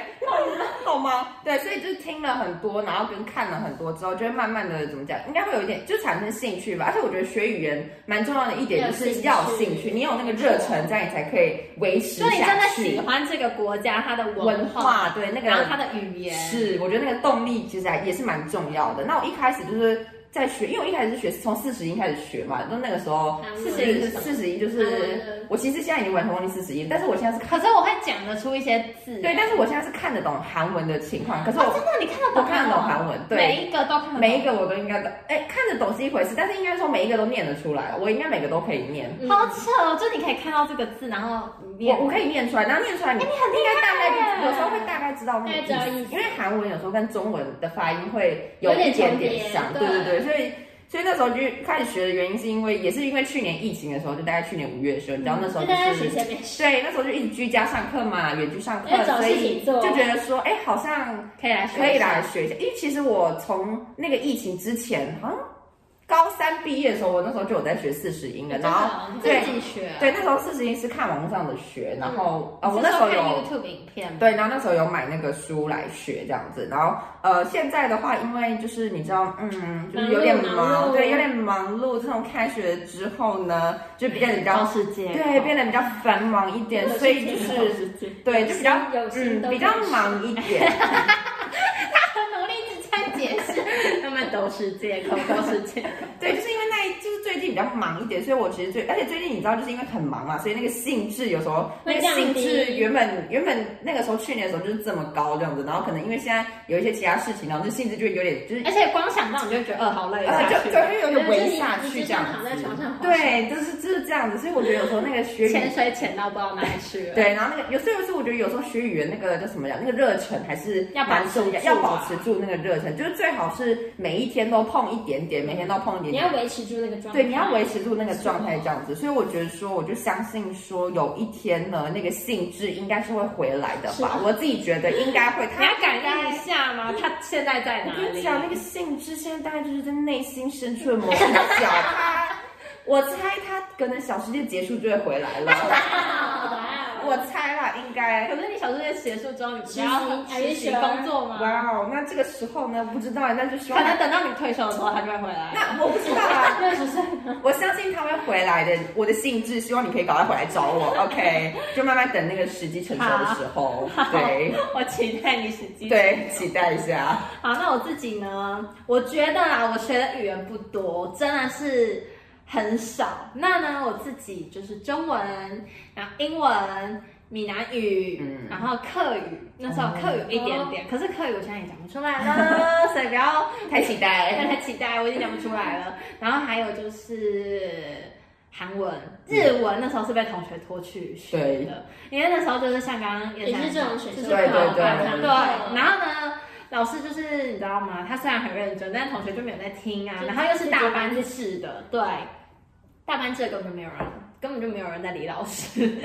Speaker 2: 好吗？对，所以就是听了很多，然后跟看了很多之后，就会慢慢的怎么讲，应该会有一点就产生兴趣吧。而且我觉得学语言蛮重要的一点就是要有兴趣，你有那个热忱在，你才可以维持
Speaker 1: 就你真
Speaker 2: 下
Speaker 1: 的喜
Speaker 2: 去。
Speaker 1: 欢这个国家，它的
Speaker 2: 文
Speaker 1: 文化，
Speaker 2: 化对那
Speaker 1: 然后
Speaker 2: 个
Speaker 1: 它的语言，
Speaker 2: 是，我觉得那个动力其实还也是蛮重要的。那我一开始就是。在学，因为我一开始是学从四十音开始学嘛，就那个时候
Speaker 3: 韩文
Speaker 2: 四十音是四十音就
Speaker 3: 韩文
Speaker 2: 是
Speaker 3: 的
Speaker 2: 我其实现在已经完全忘记四十音，但是我现在是
Speaker 1: 可是我会讲得出一些字。
Speaker 2: 对，但是我现在是看得懂韩文的情况，可是
Speaker 1: 哦，
Speaker 2: 我
Speaker 1: 真的，你看得
Speaker 2: 我
Speaker 1: 懂？
Speaker 2: 看得懂韩文，对，
Speaker 1: 每一个都看得懂。
Speaker 2: 每一个我都应该都，哎，看得懂是一回事，但是应该说每一个都念得出来，我应该每个都可以念，
Speaker 1: 好扯哦，就你可以看到这个字，然后
Speaker 2: 我
Speaker 1: 念。
Speaker 2: 我可以念出来，然后念出来你，应该大概有时候会大概知道那个
Speaker 3: 大概知道
Speaker 2: 意
Speaker 3: 意
Speaker 2: 思，
Speaker 3: 思
Speaker 2: 因为韩文有时候跟中文的发音会
Speaker 3: 有点
Speaker 2: 一点
Speaker 3: 重叠
Speaker 2: 点像，对
Speaker 3: 对
Speaker 2: 对对，所以。所以那时候就开始学的原因，是因为也是因为去年疫情的时候，就大概去年五月的时候，你知道那时候
Speaker 3: 就
Speaker 2: 就
Speaker 3: 大家学
Speaker 2: 是
Speaker 3: 前面试，
Speaker 2: 对，那时候就一直居家上课嘛，远距上课
Speaker 3: 要，找
Speaker 2: 所
Speaker 3: 事
Speaker 2: 以
Speaker 3: 情
Speaker 2: 就
Speaker 3: 做
Speaker 2: 觉得说，哎，好像
Speaker 1: 可以来学一下
Speaker 2: 可以来学一下，因为其实我从那个疫情之前，好像高三毕业的时候，我那时候就有在学四十音了，然后
Speaker 1: 你
Speaker 2: 对
Speaker 1: 自己学。
Speaker 2: 对，那时候四十音是看网上的学，然后
Speaker 3: 嗯
Speaker 2: 啊、
Speaker 1: 你
Speaker 2: 我
Speaker 1: 是
Speaker 2: 那时候
Speaker 1: 说看
Speaker 2: 有
Speaker 1: YouTube 影片吗，
Speaker 2: 对，然后那时候有买那个书来学这样子，然后呃，现在的话，因为就是你知道，嗯，就是有点
Speaker 3: 忙碌忙碌
Speaker 2: 对，有点忙碌。自从开学之后呢，就变得比较
Speaker 1: 世界
Speaker 2: 对，变得比较繁忙一点，所以
Speaker 1: 哦
Speaker 2: 就是对，就比较
Speaker 3: 有心
Speaker 2: 嗯
Speaker 3: 都可以
Speaker 2: 比较忙一点。
Speaker 1: 很努力一直在解 释，他们都是借口，都是借口。
Speaker 2: 对，就是因为那一，就是最近比较忙一点，所以我其实最，而且最近你知道，就是因为很忙嘛，所以那个兴致有时候那
Speaker 3: 会
Speaker 2: 个
Speaker 3: 降
Speaker 2: 兴致
Speaker 3: 低
Speaker 2: 原本原本那个时候去年的时候就是这么高这样子，然后可能因为现在有一些其他事情，然后这兴致就会有点就是
Speaker 1: 而且光想到你就觉得，呃，好
Speaker 3: 哎
Speaker 1: 累，
Speaker 2: 呃
Speaker 1: 下
Speaker 2: 就
Speaker 1: 去
Speaker 2: 就会有点围下去这样
Speaker 3: 躺在
Speaker 2: 子
Speaker 3: 床上，
Speaker 2: 对，就是就是这样子，所以我觉得有时候那个学语
Speaker 1: 潜水潜到不知道哪里去 了。
Speaker 2: 对，然后那个有时候有时候我觉得有时候学语言那个叫什么呀，那个热忱还是
Speaker 1: 要保
Speaker 2: 蛮
Speaker 1: 持
Speaker 2: 重要，
Speaker 1: 住
Speaker 2: 要
Speaker 1: 啊
Speaker 2: 保持住那个热忱，就是最好是每一天都碰一点点，每天都碰一点
Speaker 3: 你
Speaker 2: 点
Speaker 3: 要，维持住那个状态。
Speaker 2: 对，你要维持住那个状态这样子，所以我觉得说，我就相信说，有一天呢，那个兴致应该是会回来的
Speaker 3: 是
Speaker 2: 吧
Speaker 3: 啊。
Speaker 2: 我自己觉得应该会。
Speaker 1: 你要感
Speaker 2: 应
Speaker 1: 应一下吗？他现在在
Speaker 2: 我
Speaker 1: 哪
Speaker 2: 跟你
Speaker 1: 里？
Speaker 2: 讲，那个兴致现在大概就是在内心深处的 某一个角。他，我猜他可能小世界结束就会回来了。
Speaker 3: 哇
Speaker 2: 我猜啦，应该
Speaker 1: 可。是你小说在结束之后，你不
Speaker 3: 实习
Speaker 1: 要
Speaker 3: 还是
Speaker 1: 实习
Speaker 3: 学
Speaker 1: 工作吗？
Speaker 2: 哇哦，那这个时候呢，不知道，那就希
Speaker 1: 可
Speaker 2: 望
Speaker 1: 能等到你退休的时候，他就会回来。
Speaker 2: 那我不知道啊。
Speaker 3: 六十岁，
Speaker 2: 我相信他会回来的，我的兴致，希望你可以赶快回来找我，OK？就慢慢等那个时机成熟的时候，对
Speaker 1: 我期待你实际。
Speaker 2: 对，期待一下。
Speaker 1: 好，那我自己呢？我觉得啦，我学的语言不多，真的是很少。那呢，我自己就是中文，然后英文、闽南语，
Speaker 2: 嗯
Speaker 1: 然后客语。那时候客语一点点，可是客语我现在也讲不出来了，所以不要
Speaker 2: 太期
Speaker 1: 对，
Speaker 2: 待，
Speaker 1: 太期待，我已经讲不出来了。然后还有就是韩文、日文，那时候是被同学拖去学的，因为那时候就是像刚刚
Speaker 3: 也是这种学
Speaker 1: 就是
Speaker 3: 生
Speaker 2: 对对
Speaker 1: 考
Speaker 2: 对
Speaker 1: 对。然后呢，老师就是你知道吗？他虽然很认真，但同学就没有在听啊。
Speaker 3: 就
Speaker 1: 然后又是大班
Speaker 3: 自
Speaker 1: 制的，对，大班制的根本就没有人，根本就没有人在理老师。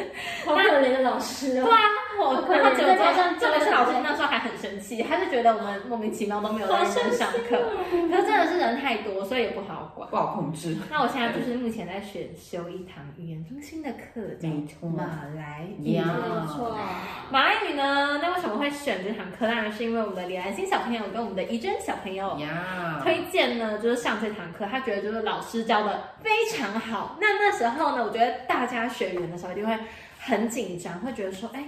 Speaker 3: 好可怜的老师
Speaker 1: 对
Speaker 3: 哦。
Speaker 1: 啊，我
Speaker 3: 好可怜
Speaker 1: 然后结果
Speaker 3: 再加上
Speaker 1: 这
Speaker 3: 这
Speaker 1: 个
Speaker 3: 个
Speaker 1: 是老师那时候还很生气，他就觉得我们莫名其妙都没有在
Speaker 3: 好
Speaker 1: 认
Speaker 3: 生
Speaker 1: 真
Speaker 3: 气
Speaker 1: 上课。
Speaker 3: 哦！
Speaker 1: 可是真的是人太多，所以也不好管。
Speaker 2: 不好控制。
Speaker 1: 那我现在就是目前在选修一堂语言中心的课，叫
Speaker 2: 没错
Speaker 1: 马来语。
Speaker 2: 呀
Speaker 3: 没错，
Speaker 1: 马来语呢？那为什么会选这堂课？当然是因为我们的李兰心小朋友跟我们的怡珍小朋友
Speaker 2: 呀
Speaker 1: 推荐呢，就是上这堂课，他觉得就是老师教的非常好。那那时候呢，我觉得大家学语言的时候一定会很紧张，会觉得说，哎。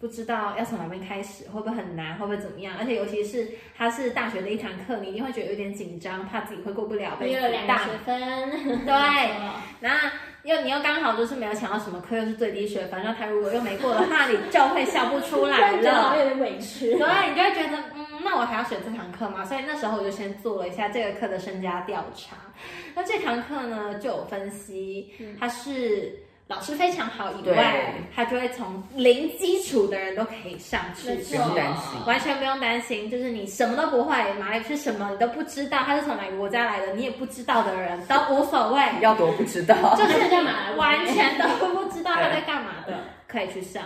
Speaker 1: 不知道要从哪边开始，会不会很难，会不会怎么样？而且尤其是它是大学的一堂课，你一定会觉得有点紧张，怕自己会过不了，被
Speaker 3: 又有两
Speaker 1: 大
Speaker 3: 个学分，
Speaker 1: 对，那又你又刚好就是没有抢到什么课，又是最低学分，那他如果又没过的话，你就会笑不出来
Speaker 3: 觉得好
Speaker 1: 了。
Speaker 3: 像有点委屈。
Speaker 1: 对，你就会觉得，嗯，那我还要选这堂课吗？所以那时候我就先做了一下这个课的身家调查。那这堂课呢，就有分析，它是老师非常好以外
Speaker 2: 对，
Speaker 1: 它就会从零基础的人都可以上去
Speaker 3: 没。
Speaker 2: 不用担心
Speaker 1: 完全不用担心，就是你什么都不会，马来语是什么你都不知道，他是从哪个国家来的，你也不知道的人都无所谓，
Speaker 2: 要多不知道，
Speaker 1: 就是
Speaker 3: 干嘛的
Speaker 1: 完全都 不知道他在干嘛的，可以去上。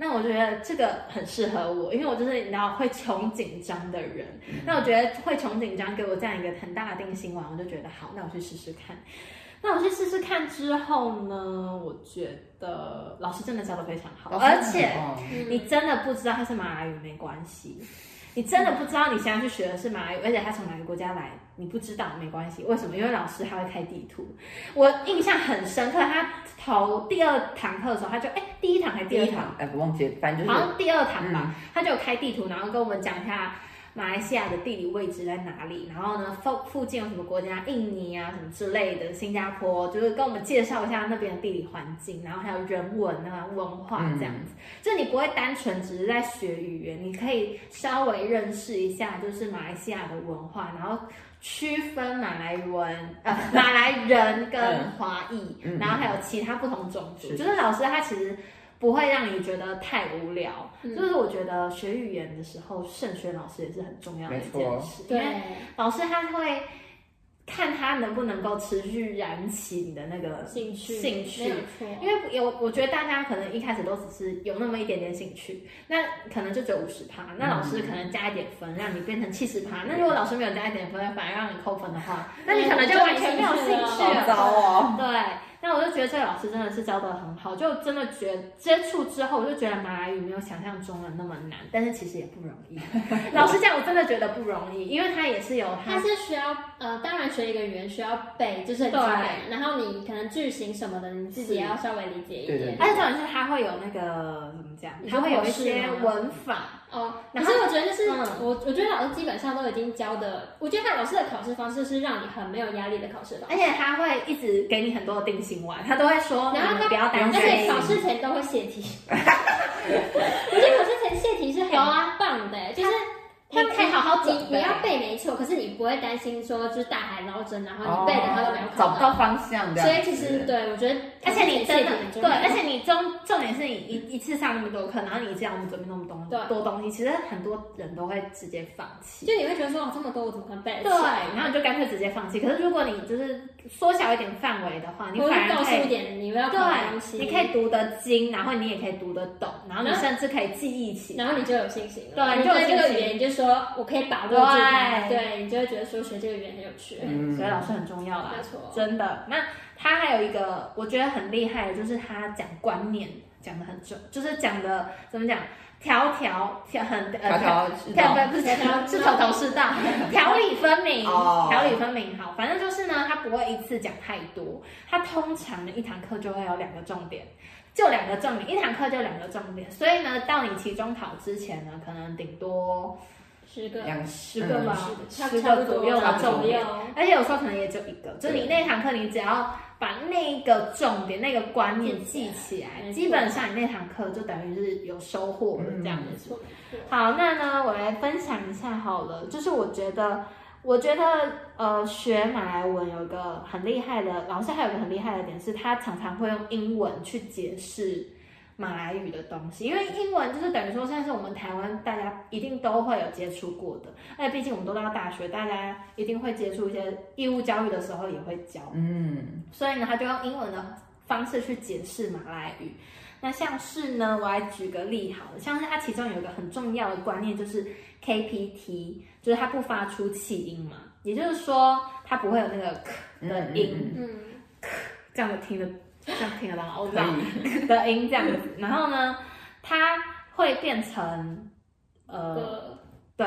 Speaker 1: 那我觉得这个很适合我，因为我就是你知道会穷紧张的人。那我觉得会穷紧张给我这样一个很大的定心丸，我就觉得好，那我去试试看。那我去试试看之后呢，我觉得老师真的教的非常好，而且
Speaker 3: 嗯
Speaker 1: 你真的不知道他是马来语没关系，你真的不知道你现在去学的是马来语，而且他从哪个国家来，你不知道没关系。为什么？因为老师他会开地图。我印象很深刻，他头第二堂课的时候，他就哎、第一堂还是第
Speaker 2: 第
Speaker 1: 二
Speaker 2: 一
Speaker 1: 堂，
Speaker 2: 堂哎，不忘记，反正就
Speaker 1: 好
Speaker 2: 是嗯
Speaker 1: 像第二堂吧，他就有开地图，然后跟我们讲一下马来西亚的地理位置在哪里，然后呢附附近有什么国家，印尼啊什么之类的，新加坡，就是跟我们介绍一下那边的地理环境，然后还有人文啊文化这样
Speaker 2: 嗯
Speaker 1: 子，就你不会单纯只是在学语言，你可以稍微认识一下就是马来西亚的文化，然后。区分马来文 呃马来人跟
Speaker 2: 嗯
Speaker 1: 华裔，
Speaker 2: 嗯
Speaker 1: 然后还有其他不同种族，
Speaker 2: 是
Speaker 1: 就是老师他其实不会让你觉得太无聊。
Speaker 3: 嗯
Speaker 1: 就是我觉得学语言的时候，慎选老师也是很重要的一件事，因
Speaker 3: 对
Speaker 1: 为老师他会看他能不能够持续燃起你的那个
Speaker 3: 兴趣
Speaker 1: 兴趣
Speaker 3: 没有错，
Speaker 1: 因为有，我觉得大家可能一开始都只是有那么一点点兴趣，那可能就只有五十趴，那老师可能加一点分，让你变成七十趴。那如果老师没有加一点分，反而让你扣分的话，那你可能就完全没有兴趣
Speaker 2: 好
Speaker 1: 了。
Speaker 2: 糟哦，
Speaker 1: 对，那我就觉得这个老师真的是教的很好，就真的觉得接触之后，我就觉得马来语没有想象中的那么难，但是其实也不容 易。老实讲，我真的觉得不容易，因为他也是有
Speaker 3: 它
Speaker 1: 他
Speaker 3: 是需要呃，当然学一个语言需要背，就是很基本，然后你可能句型什么的，你自己也要稍微理解一
Speaker 2: 对对
Speaker 3: 点
Speaker 2: 对。
Speaker 1: 而且重点是他会有那个怎么讲，
Speaker 3: 你
Speaker 1: 他
Speaker 3: 说
Speaker 1: 会有一
Speaker 3: 口试
Speaker 1: 些
Speaker 3: 吗
Speaker 1: 文法，
Speaker 3: 哦，可
Speaker 1: 然后
Speaker 3: 是我觉得就是
Speaker 1: 嗯
Speaker 3: 我，我觉得老师基本上都已经教的，我觉得他老师的考试方式是让你很没有压力的考试方
Speaker 1: 而。
Speaker 3: 式
Speaker 1: 且他会一直给你很多的定心丸，他都会说
Speaker 3: 然后
Speaker 1: 你
Speaker 3: 他
Speaker 1: 不要担
Speaker 3: 而
Speaker 1: 心。
Speaker 3: 且考试前都会泄 题，我觉得考试前泄题是很
Speaker 1: 有啊
Speaker 3: 棒的，就是
Speaker 1: 他
Speaker 3: 你
Speaker 1: 可以好好准
Speaker 3: 你
Speaker 1: 备
Speaker 3: 你要背没错，可是你不会担心说就是大海捞针，然后你背的他都没有
Speaker 2: 找
Speaker 1: 哦
Speaker 3: 考
Speaker 2: 不
Speaker 3: 到。
Speaker 2: 到方向，这
Speaker 3: 所以
Speaker 2: 样
Speaker 3: 其实
Speaker 2: 子
Speaker 3: 对我觉得，
Speaker 1: 而且你真的
Speaker 3: 考试前
Speaker 1: 对，
Speaker 3: 泄题很重要
Speaker 1: 而且你重重点是你一一次上那么多课，然后你这样我们准备那么多
Speaker 3: 对
Speaker 1: 多东西，其实很多人都会直接放弃。
Speaker 3: 就你会觉得说哦这么多我怎么可能背得
Speaker 1: 对，
Speaker 3: 起？啊
Speaker 1: 然后你就干脆直接放弃。可是如果你就是缩小一点范围的话，你
Speaker 3: 我
Speaker 1: 反
Speaker 3: 会
Speaker 1: 而
Speaker 3: 告
Speaker 1: 可
Speaker 3: 诉
Speaker 1: 以
Speaker 3: 一点你要考的东西，嗯
Speaker 1: 对，你可以读得精，然后你也可以读得懂，然后你
Speaker 3: 然后
Speaker 1: 甚至可以记忆起。
Speaker 3: 然后你就有信心了。
Speaker 1: 对
Speaker 3: 你
Speaker 1: 就有
Speaker 3: 对这
Speaker 1: 信
Speaker 3: 个
Speaker 1: 心
Speaker 3: 语言你就说我可以把握住它，
Speaker 1: 对
Speaker 3: 对你就会觉得说学这个语言很有趣。
Speaker 2: 嗯
Speaker 1: 所以老师很重要啦，
Speaker 3: 没错
Speaker 1: 真的。那他还有一个我觉得很厉害的，就是他讲观念讲的很重，就是讲的怎么讲，条条条很呃
Speaker 2: 条条是
Speaker 1: 条
Speaker 2: 道，
Speaker 1: 不是条条是头头是道， 条理分明，
Speaker 2: 哦
Speaker 1: 条理分明。好，反正就是呢，他不会一次讲太多，他通常呢一堂课就会有两个重点。就两个重点，一堂课就两个重点，所以呢，到你期中考之前呢，可能顶多
Speaker 3: 十个，
Speaker 2: 两
Speaker 1: 十个吧，
Speaker 3: 嗯差
Speaker 1: 十
Speaker 3: 差
Speaker 1: 个
Speaker 3: 不多
Speaker 1: 左右
Speaker 3: 差
Speaker 1: 的
Speaker 3: 不
Speaker 1: 重
Speaker 3: 多
Speaker 1: 点。而且有时候可能也只有一个，就
Speaker 2: 对
Speaker 1: 你那堂课，你只要把那个重点、那个观念记
Speaker 3: 记
Speaker 1: 起来，
Speaker 3: 没错嗯
Speaker 1: 基本上你那堂课就等于是有收获了这样
Speaker 3: 没
Speaker 1: 子。
Speaker 3: 错，没错
Speaker 1: 好，那呢，我来分享一下好了，就是我觉得，我觉得呃，学马来文有一个很厉害的老师，还有一个很厉害的点是，他常常会用英文去解释马来语的东西，因为英文就是等于说像是我们台湾大家一定都会有接触过的，而哎且毕竟我们都到大学，大家一定会接触一些义务教育的时候也会教，
Speaker 2: 嗯
Speaker 1: 所以呢，他就用英文的方式去解释马来语。那像是呢，我还举个例好了，像是它其中有一个很重要的观念就是 KPT，就是它不发出气音嘛，也就是说它不会有那个
Speaker 2: 嗯
Speaker 1: 的
Speaker 2: 嗯
Speaker 1: 音，
Speaker 2: 嗯
Speaker 3: 嗯，
Speaker 1: 这样听得这样听得到吗，我不知
Speaker 2: 可
Speaker 1: 道
Speaker 2: 以，
Speaker 1: 的音这样 子。然后呢，它会变成呃，
Speaker 3: 歌
Speaker 1: 对，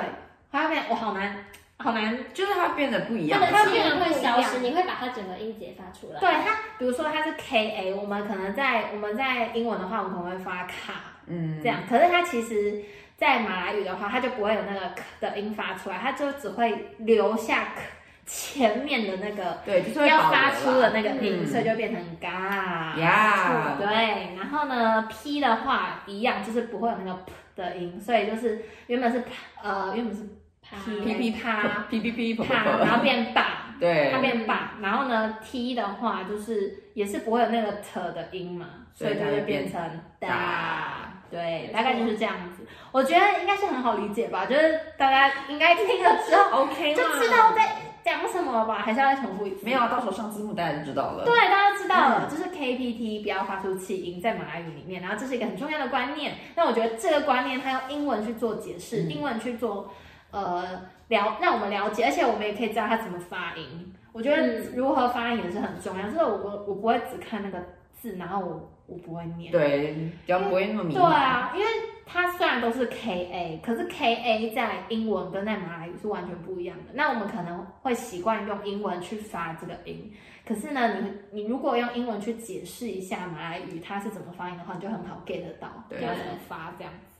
Speaker 1: 它会变我好难好难。
Speaker 2: 就是它变得不一
Speaker 3: 它
Speaker 2: 样
Speaker 3: 的
Speaker 2: 了。
Speaker 3: 气音会消失，你会把它整个音节发出来。
Speaker 1: 对它，比如说它是 K A，我们可能在我们在英文的话，我们可能会发卡
Speaker 2: 嗯，
Speaker 1: 这样，可是它其实。在马来语的话，它就不会有那个 k 的音发出来，它就只会留下 k 前面的那个
Speaker 2: 对，就是会
Speaker 1: 要
Speaker 2: 保留
Speaker 1: 发出的
Speaker 2: 啦
Speaker 1: 那个音，
Speaker 2: 嗯
Speaker 1: 所以就变成嘎。
Speaker 2: 呀，
Speaker 1: 对，然后呢，p 的话一样，就是不会有那个 p 的音，所以就是原本是 p，呃，原本是
Speaker 3: 啪，
Speaker 2: 噼噼
Speaker 1: 啪
Speaker 2: 噼噼噼啪
Speaker 1: 啪，
Speaker 2: 啪啪，
Speaker 1: 然后变吧，
Speaker 2: 对
Speaker 1: 它，变吧，然后呢，t 的话就是也是不会有那个 t 的音嘛，所以就会变成哒。对，大概就是这样子。我觉得应该是很好理解吧，就是大家应该听了之后
Speaker 2: OK
Speaker 1: 就知道在讲什么吧，还是要再重复一次。
Speaker 2: 没有啊，到时候上字幕大家就知道了。嗯
Speaker 1: 对，大家知道了，就是 KPT 不要发出气音，在马来语里面，然后这是一个很重要的观念。那我觉得这个观念，它用英文去做解释，
Speaker 2: 嗯
Speaker 1: 英文去做呃了，让我们了解，而且我们也可以知道它怎么发音。我觉得
Speaker 3: 嗯
Speaker 1: 如何发音也是很重要，就是我我我不会只看那个字，然后我我不会念。
Speaker 2: 对，比较不会那么迷
Speaker 1: 对
Speaker 2: 茫。
Speaker 1: 啊，因为它虽然都是 K A，可是 K A 在英文跟在马来语是完全不一样的。那我们可能会习惯用英文去发这个音，可是呢，你你如果用英文去解释一下马来语它是怎么发音的话，你就很好 get 得到
Speaker 2: 对
Speaker 1: 要怎么发这样子。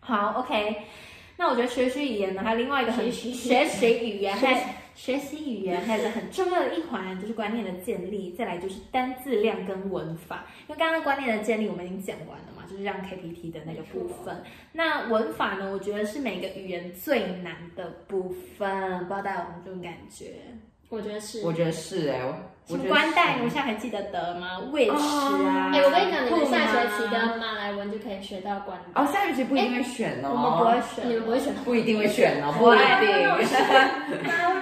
Speaker 1: 好，OK。那我觉得学习语言呢，还有另外一个很
Speaker 3: 学习
Speaker 1: 学习语言，还有学习语言还有一个很重要的一环就是观念的建立，再来就是单字量跟文法。因为刚刚观念的建立我们已经讲完了嘛，就是让 KPT 的那个部分。那文法呢，我觉得是每个语言最难的部分，不知道大家有没有这种感觉？
Speaker 3: 我觉得是。
Speaker 2: 我觉得是哎，
Speaker 1: 什
Speaker 2: 我
Speaker 1: 么
Speaker 2: 觉得
Speaker 1: 关代奴
Speaker 2: 是
Speaker 1: 现在还记得得吗？which 啊，
Speaker 3: 哎，我跟你讲，你们
Speaker 1: whom 啊
Speaker 3: 下学期的马来文就可以学到关于。
Speaker 2: 哦，下学期不一定会选哦，
Speaker 1: 我们不啊会选，
Speaker 3: 你们不会选
Speaker 2: 不一定会选哦，
Speaker 1: 不
Speaker 2: 不
Speaker 1: 会
Speaker 2: 一定，
Speaker 1: 哦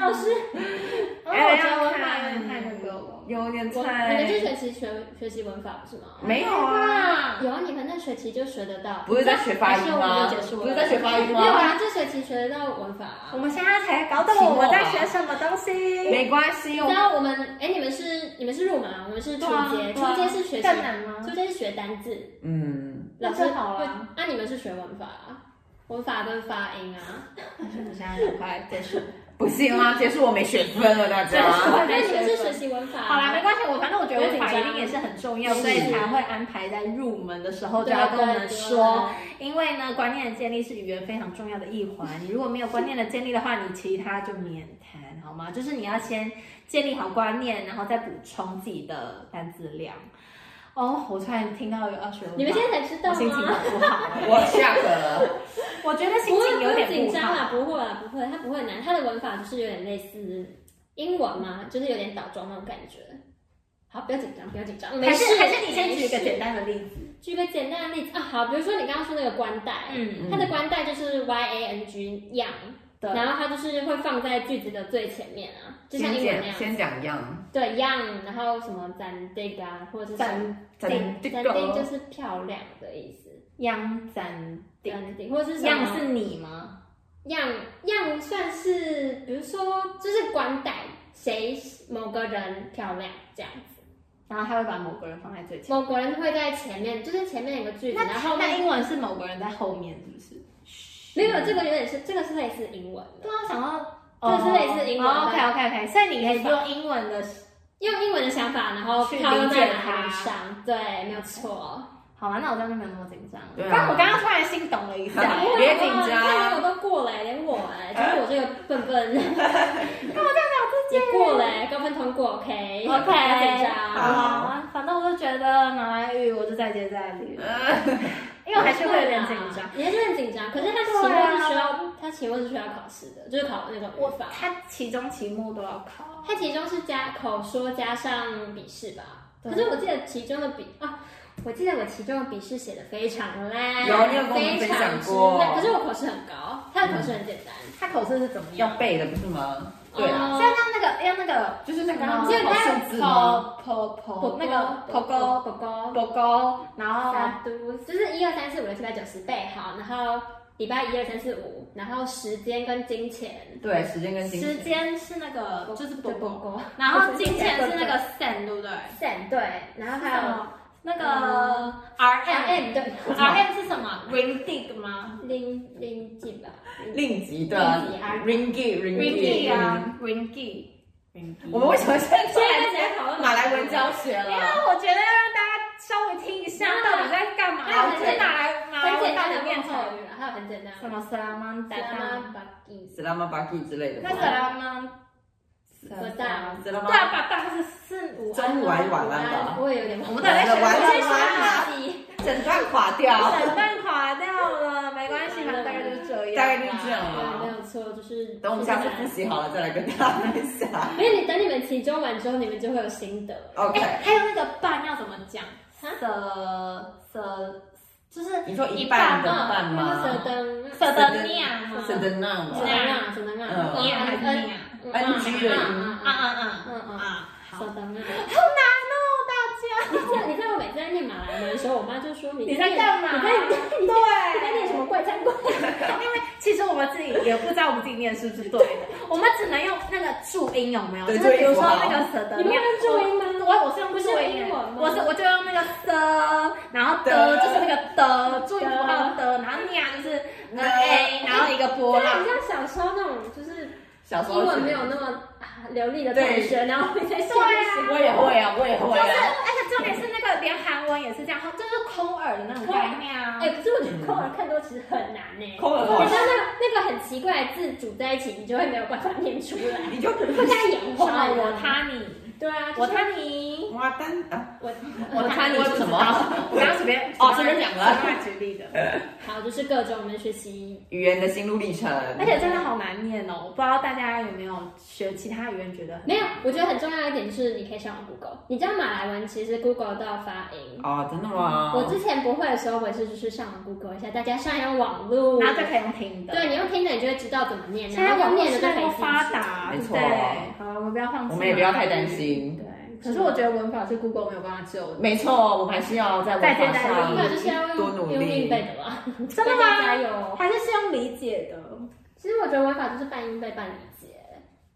Speaker 1: 老师，哦我
Speaker 2: 哎
Speaker 1: 觉得
Speaker 2: 要
Speaker 1: 文法有
Speaker 2: 看
Speaker 1: 点太那个了。
Speaker 2: 有点
Speaker 3: 我你们这学
Speaker 2: 菜，
Speaker 3: 期学学习文法不是吗？
Speaker 2: 没有啊，
Speaker 3: 有啊，你们那学期就学得到。
Speaker 2: 不是在学发
Speaker 1: 还
Speaker 2: 音吗？
Speaker 1: 是我们就结束了
Speaker 2: 不是在学发音
Speaker 3: 没有
Speaker 2: 吗？
Speaker 3: 啊，这学期学得到文法啊
Speaker 1: 我。们现在才搞
Speaker 2: 期
Speaker 1: 懂我
Speaker 2: 末
Speaker 1: 们在
Speaker 2: 吧
Speaker 1: 学什么东西，
Speaker 2: 没关系，
Speaker 3: 你
Speaker 2: 我
Speaker 3: 知道我们哎，你们是你们是入门啊，我们是初阶，
Speaker 1: 对啊
Speaker 3: 初阶是学习，
Speaker 1: 更难吗？
Speaker 3: 初阶是学单字，
Speaker 2: 嗯，
Speaker 3: 老师
Speaker 1: 那就好啊
Speaker 3: 会
Speaker 1: 啦。
Speaker 3: 那你们是学文法啊？文法跟发音啊？
Speaker 1: 我们现在赶快结束。
Speaker 2: 不行啦，结束我没选分了，大家。
Speaker 3: 那你们是学习文法啊？
Speaker 1: 好啦，没关系，我反正我觉得文法
Speaker 3: 不要
Speaker 1: 一
Speaker 3: 紧张
Speaker 1: 定也是很重要，
Speaker 3: 是
Speaker 1: 所以才会安排在入门的时候就
Speaker 3: 对
Speaker 1: 要
Speaker 3: 啊
Speaker 1: 跟我们
Speaker 3: 对啊
Speaker 1: 说，因为呢，观念的建立是语言非常重要的一环。你如果没有观念的建立的话，你其他就免谈，好吗？就是你要先建立好观念，然后再补充自己的单字量。哦，我突然听到有要学文法，
Speaker 3: 你们现在才知道啊
Speaker 1: 我心情
Speaker 3: 吗？
Speaker 1: 很不好，啊
Speaker 2: 我下课了，
Speaker 1: 我觉得心
Speaker 3: 不会
Speaker 1: 情有
Speaker 3: 不会
Speaker 1: 点
Speaker 3: 紧
Speaker 1: 不
Speaker 3: 张
Speaker 1: 好。
Speaker 3: 啦，不会啦，不会，它不会难，它的文法就是有点类似英文嘛，就是有点倒装那种感觉。好，不要紧张，不要紧张，没
Speaker 1: 还是
Speaker 3: 事。
Speaker 1: 还是你先举一个
Speaker 3: 没事
Speaker 1: 简单的例子，
Speaker 3: 举个简单的例子啊，好，比如说你刚刚说那个冠带，
Speaker 1: 嗯
Speaker 3: 它的冠带就是 y a n g 样，
Speaker 1: 对
Speaker 3: 然后它就是会放在句子的最前面啊，就像
Speaker 2: 先
Speaker 3: 英文那
Speaker 2: 讲
Speaker 3: 样，
Speaker 2: 先讲一样，
Speaker 3: 对样，然后什么斩 dig 啊，或者是斩
Speaker 2: 咱这
Speaker 3: 斩 dig 就
Speaker 2: 个
Speaker 3: 是漂亮的意思，
Speaker 1: 央展顶，
Speaker 3: 斩 dig 或者是什
Speaker 1: 样
Speaker 3: 么
Speaker 1: 是你吗？
Speaker 3: 样样算是，比如说就是管带谁某个人漂亮这样子，
Speaker 1: 然后他会把某个人放在最前
Speaker 3: 某个人会在前面，就是前面有个句子，
Speaker 1: 面。
Speaker 3: 然
Speaker 1: 那
Speaker 3: 后后
Speaker 1: 那
Speaker 3: 面
Speaker 1: 英文是某个人在后面，是不是？嗯
Speaker 3: 没有这个有点是这个是类似英文的，
Speaker 1: 对啊，想到
Speaker 3: 这是类似英文的
Speaker 1: OK OK OK，所哦以你可以用英文的。
Speaker 3: 用英文的想法，然后
Speaker 1: 去
Speaker 3: 套用
Speaker 1: 理
Speaker 3: 在
Speaker 1: 解
Speaker 3: 哪
Speaker 1: 它
Speaker 3: 里上，对，没有错。
Speaker 1: 好了，那我这样就没有那么紧张了。
Speaker 2: 对啊
Speaker 1: 不然我刚刚突然心懂了一下，
Speaker 2: 啊别紧张
Speaker 3: 哇你看连我都过了，连我哎，就是我这个笨 笨，
Speaker 1: 自
Speaker 3: 也过了，高分通过，OK，
Speaker 1: OK，
Speaker 3: 不要紧
Speaker 1: 好
Speaker 3: 张。
Speaker 1: 啊，反正我就觉得马来语我就再接再厉，
Speaker 2: 呃
Speaker 1: 因为我还是会有点紧张。，
Speaker 3: 啊
Speaker 1: 啊
Speaker 3: 也是很紧张。可是他期末是需要，他期末是需要考试的，就是考那种
Speaker 1: 我
Speaker 3: 语法。
Speaker 1: 他期中、期末都要考，
Speaker 3: 他其中是加口说加上笔试吧？
Speaker 1: 对
Speaker 3: 可是我记得其中的笔啊，我记得我期中的笔试写的非常烂，
Speaker 2: 有你有跟我们
Speaker 3: 非
Speaker 2: 分享
Speaker 3: 常之
Speaker 2: 过
Speaker 3: 烂。可是我口试很高，他的口试很简单。
Speaker 1: 他口试是怎么
Speaker 2: 要
Speaker 1: 样？
Speaker 2: 背的不是吗？对啊，
Speaker 3: 哦
Speaker 5: 像他那个要那个，
Speaker 2: 就是那个
Speaker 5: 然后
Speaker 2: 口
Speaker 5: 就
Speaker 2: 数字吗？
Speaker 1: 跑跑跑
Speaker 3: 狗
Speaker 1: 那个
Speaker 3: 狗
Speaker 1: 跑
Speaker 3: 狗
Speaker 1: 高
Speaker 3: 狗狗，
Speaker 1: 跑高，然后
Speaker 3: 杀都就是一二三四五六七八九十背好，然后礼拜一二三四五，然后时间跟金钱，
Speaker 2: 对，时间跟金
Speaker 1: 时
Speaker 2: 钱。
Speaker 1: 间是那个就是
Speaker 3: 狗
Speaker 1: 狗
Speaker 3: 狗
Speaker 1: 狗，
Speaker 3: 狗
Speaker 1: 然后金钱是那个 sen 对不对？
Speaker 3: 线对，然后还
Speaker 1: 还
Speaker 3: 有
Speaker 1: 有那个 R M M
Speaker 3: 对
Speaker 1: R M 是什么？Ring dig 吗
Speaker 3: 零零几吧，
Speaker 2: 令吉对啊，ringgit
Speaker 1: ？Ring dig
Speaker 2: ringgit
Speaker 1: 啊，Ring dig。
Speaker 2: 嗯我们为什么现在突
Speaker 3: 现在开始
Speaker 2: 然
Speaker 3: 在讨论
Speaker 2: 马来文教学
Speaker 1: 因为
Speaker 2: 了？
Speaker 1: 哎我觉得要让大家稍微听一下
Speaker 3: 那
Speaker 1: 到底在干嘛，
Speaker 3: 那
Speaker 1: 我
Speaker 3: 很
Speaker 1: 是拿来拿来
Speaker 3: 很
Speaker 1: 为
Speaker 3: 简
Speaker 1: 大
Speaker 3: 单
Speaker 1: 家
Speaker 3: 的
Speaker 1: 念
Speaker 3: 问
Speaker 1: 口
Speaker 3: 候语啦，还有很简单
Speaker 1: 什
Speaker 3: 的。
Speaker 1: 么 salaman 达达，
Speaker 3: Selamat
Speaker 2: 斯拉玛巴基之类的
Speaker 1: 那
Speaker 2: 吗。
Speaker 1: salaman
Speaker 3: 我大
Speaker 2: 斯拉玛
Speaker 1: 对啊，把大啊是是我
Speaker 2: 中午还是晚安吧？
Speaker 3: 我也有点忘
Speaker 1: 我
Speaker 3: 了。
Speaker 1: 们到底在学
Speaker 2: 完了
Speaker 1: 我在学
Speaker 2: 完了
Speaker 1: 哪里？
Speaker 2: 整段垮掉，
Speaker 1: 整段垮掉了，没关系，反正大概就是这样，
Speaker 2: 大概就是这样
Speaker 3: 对，没
Speaker 2: 了。
Speaker 3: 有错，就是
Speaker 2: 等我们下次复习好了再来跟大家分 享。
Speaker 3: 没有你等你们期中完之后，你们就会有心得。
Speaker 2: OK，
Speaker 1: 哎，还有那个半要怎么讲？舍舍就是
Speaker 2: 你说一半的
Speaker 1: 一
Speaker 2: 半
Speaker 3: 舍
Speaker 2: 吗？
Speaker 3: 灯，
Speaker 1: 舍得念吗？
Speaker 2: 是的那
Speaker 3: 只能
Speaker 2: 吗？
Speaker 3: 让，只能让，
Speaker 2: 嗯
Speaker 3: 嗯
Speaker 1: 念还是
Speaker 3: 嗯
Speaker 1: 念？
Speaker 3: 嗯
Speaker 2: 安居的
Speaker 3: 嗯
Speaker 1: 啊
Speaker 3: 嗯
Speaker 1: 啊啊
Speaker 3: 嗯嗯，
Speaker 1: 啊！
Speaker 3: 舍
Speaker 1: 好，
Speaker 3: 灯啊。
Speaker 1: 好
Speaker 3: 你知道，你知道我每次在念马来文的时候，我妈就说你
Speaker 1: 你在干嘛
Speaker 3: 你在你在
Speaker 1: 难哦，大家
Speaker 3: 你在
Speaker 1: 对。
Speaker 3: 念什么怪腔怪调？
Speaker 1: 因为其实我们自己也不知道我们自己念是不是对的，我们只能用那个注音有没有？
Speaker 2: 对
Speaker 1: 就是比如
Speaker 2: 注
Speaker 1: 说
Speaker 2: 音符号
Speaker 1: 那个舍得
Speaker 3: 你们
Speaker 1: 念
Speaker 3: 会用注音吗？
Speaker 1: 我我是用注
Speaker 3: 不是
Speaker 1: 音
Speaker 3: 英文吗
Speaker 1: 我是我就用那个的，然后
Speaker 2: 的
Speaker 1: 的就是那个的注音符号的，然后念就是呃
Speaker 2: 的
Speaker 1: a，然后一个波
Speaker 3: 对啊，
Speaker 1: 浪
Speaker 3: 你。像小时候那种，就是
Speaker 2: 小时候
Speaker 3: 英文没有那么啊流利的同学，然后你在下
Speaker 1: 对
Speaker 3: 面
Speaker 1: 啊
Speaker 3: 写
Speaker 2: 我也会啊，我也
Speaker 1: 就
Speaker 2: 会
Speaker 1: 是，
Speaker 2: 啊。
Speaker 1: 而且重点是那个连韩文也是这样，就是空耳的那种概念啊。
Speaker 3: 哎、可是我觉得空耳看多其实很难呢、
Speaker 2: 空耳
Speaker 3: 你
Speaker 2: 好
Speaker 3: 知道那个那个很奇怪的字组在一起，你就会没有办法念出来，
Speaker 2: 你就
Speaker 3: 会太演
Speaker 1: 什
Speaker 3: 化
Speaker 1: 么
Speaker 3: 了。
Speaker 1: 我他你，
Speaker 3: 对啊，就是
Speaker 1: 我他你，
Speaker 2: 哇丹啊，
Speaker 3: 我
Speaker 2: 我猜你是什么？
Speaker 1: 我刚刚随便
Speaker 2: 哦随便讲的
Speaker 1: 随便举例的，
Speaker 3: 好，就是各种我们学习
Speaker 2: 语言的心路历程。
Speaker 1: 而且真的好难念哦，我不知道大家有没有学其他语言觉得很
Speaker 3: 没有，我觉得很重要一点就是你可以上网 Google，你知道马来文其实 Google 到发音。
Speaker 2: 哦，真的吗？
Speaker 3: 我之前不会的时候，我也是就是上网 Google 一下，大家上一下网络，
Speaker 1: 然后再可以用听的。
Speaker 3: 对，你用听的，你就会知道怎么念，
Speaker 1: 现在
Speaker 3: 然
Speaker 1: 网
Speaker 3: 后
Speaker 1: 络
Speaker 3: 念的
Speaker 1: 时
Speaker 3: 就可
Speaker 1: 代
Speaker 3: 以
Speaker 1: 多
Speaker 3: 记住
Speaker 1: 发达，
Speaker 2: 没
Speaker 1: 对不
Speaker 2: 错
Speaker 1: 对？好了，我们不要放弃，
Speaker 2: 我们也不要太担。心。
Speaker 1: 对，可是我觉得文法是 Google 没有办法救的。
Speaker 2: 没错，我们还是要在文化上
Speaker 3: 那我就是要
Speaker 2: 多
Speaker 3: 用
Speaker 2: 努
Speaker 3: 用
Speaker 2: 力
Speaker 3: 硬。背的吧，
Speaker 1: 真的
Speaker 3: 大家
Speaker 1: 吗
Speaker 3: 加油！
Speaker 1: 还是是用理解的。
Speaker 3: 其实我觉得文法就是半音背半理解，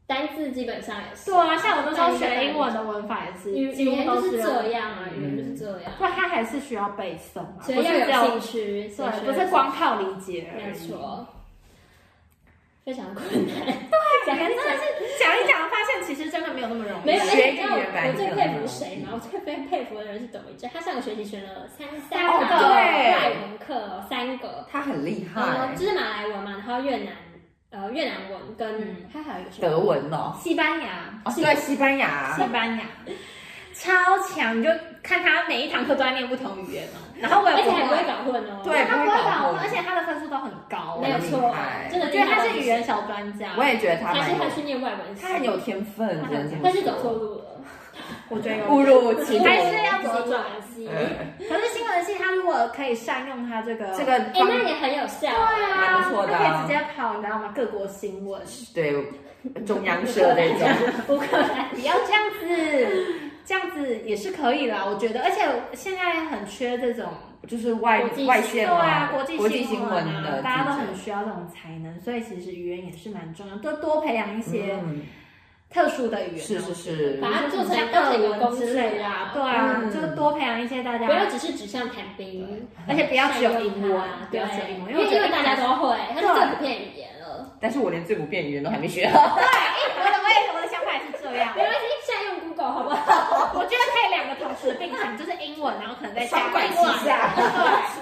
Speaker 3: 单字基本上也是。
Speaker 1: 对啊，像我那时候学英文的文法也是，
Speaker 3: 语语
Speaker 1: 几乎
Speaker 3: 言
Speaker 1: 都
Speaker 3: 就是
Speaker 1: 用
Speaker 3: 这样啊，语言就是这样，
Speaker 1: 不然它还是需要背诵啊，
Speaker 3: 所
Speaker 1: 不
Speaker 3: 以
Speaker 1: 是只
Speaker 3: 要有
Speaker 1: 有
Speaker 3: 兴趣，所以
Speaker 1: 对，
Speaker 3: 学
Speaker 1: 不是光靠理解而
Speaker 3: 没
Speaker 1: 已。
Speaker 3: 错，非常困难。
Speaker 1: 对，真的是讲一讲，发现其实真的没有那么容易。
Speaker 3: 没有，
Speaker 2: 学
Speaker 3: 哎，你知道
Speaker 2: 语言
Speaker 3: 我
Speaker 2: 版
Speaker 3: 我最
Speaker 2: 就
Speaker 3: 佩
Speaker 2: 很
Speaker 3: 服
Speaker 2: 容
Speaker 3: 谁吗？我最佩佩服的人是董一真，他上个学期选了三三
Speaker 1: 哦
Speaker 3: 堂
Speaker 1: 对
Speaker 3: 外文课哦，三个，
Speaker 2: 他很厉
Speaker 3: 呃，
Speaker 2: 害
Speaker 3: 就，是马来文嘛，然后越南，呃，越南文跟
Speaker 1: 嗯
Speaker 3: 他还有一个什么
Speaker 2: 德文哦，
Speaker 1: 西班牙，
Speaker 2: 哦，对，西班牙
Speaker 1: 西，班牙超强，你就看他每一堂课都在念不同语言哦。然后我也
Speaker 3: 而且
Speaker 1: 不
Speaker 3: 还不会
Speaker 1: 会，
Speaker 3: 搞混哦。
Speaker 2: 对
Speaker 1: 他不
Speaker 2: 不会
Speaker 1: 会
Speaker 2: 搞
Speaker 1: 搞
Speaker 2: 混
Speaker 1: 混，而且他的分数都很高。啊
Speaker 3: 没有错
Speaker 2: 很厉害，
Speaker 3: 真
Speaker 1: 我
Speaker 3: 的
Speaker 1: 觉得他是语言，小专家，
Speaker 2: 我也觉得
Speaker 3: 还
Speaker 2: 他蛮
Speaker 3: 是他
Speaker 2: 有，
Speaker 3: 去念外文系，
Speaker 2: 他很有天分，只能这么
Speaker 3: 但是走错
Speaker 2: 说。
Speaker 3: 路了，
Speaker 1: 我觉得有
Speaker 2: 误入歧途，
Speaker 1: 还是要左转
Speaker 3: 系哎，
Speaker 2: 嗯
Speaker 1: 可是新闻系他如果可以善用他这个
Speaker 2: 这个方
Speaker 3: 哎那也很有效。
Speaker 1: 对啊，
Speaker 2: 蛮不错的
Speaker 1: 他可
Speaker 2: 啊
Speaker 1: 以直接跑，你知道吗？各国新闻，
Speaker 2: 对中央社那种，
Speaker 3: 乌克兰，
Speaker 1: 不要这样子，这样子也是可以啦，我觉得。而且现在很缺这种，
Speaker 2: 就是外
Speaker 3: 国际
Speaker 2: 外
Speaker 3: 对
Speaker 1: 对
Speaker 2: 线
Speaker 1: 啊
Speaker 2: 嘛，，
Speaker 1: 国际
Speaker 2: 国际新
Speaker 1: 新
Speaker 2: 闻
Speaker 1: 啊
Speaker 2: 的记者，
Speaker 1: 大家都很需要这种才能，所以其实语言也是蛮重要，多多培养一些
Speaker 2: 嗯
Speaker 1: 特殊的语言，哦
Speaker 2: 是是是
Speaker 3: 把，它做成
Speaker 1: 像
Speaker 3: 当成一
Speaker 1: 俄
Speaker 3: 个工
Speaker 1: 文
Speaker 3: 具
Speaker 1: 之类的啊，对啊，
Speaker 2: 嗯
Speaker 1: 就多培养一些大家
Speaker 3: 不，要只是纸上谈兵，
Speaker 1: 而啊且不要只有英文，不
Speaker 3: 对
Speaker 1: 要只有英文，因
Speaker 3: 因
Speaker 1: 为我
Speaker 3: 为
Speaker 1: 觉
Speaker 3: 因为
Speaker 1: 得
Speaker 3: 大家 都会，它是
Speaker 1: 对
Speaker 3: 最普遍的语言了。
Speaker 2: 但是我连最普遍语言都还没学好。
Speaker 1: 对，我的我也我的想法也是这样
Speaker 3: 没。关系，现在用 Google 好不好？
Speaker 1: 我觉得可以两个同时并行，就是英文，然后可能再加
Speaker 2: 双管
Speaker 1: 另
Speaker 2: 齐
Speaker 1: 外一个。
Speaker 2: 下
Speaker 1: 对，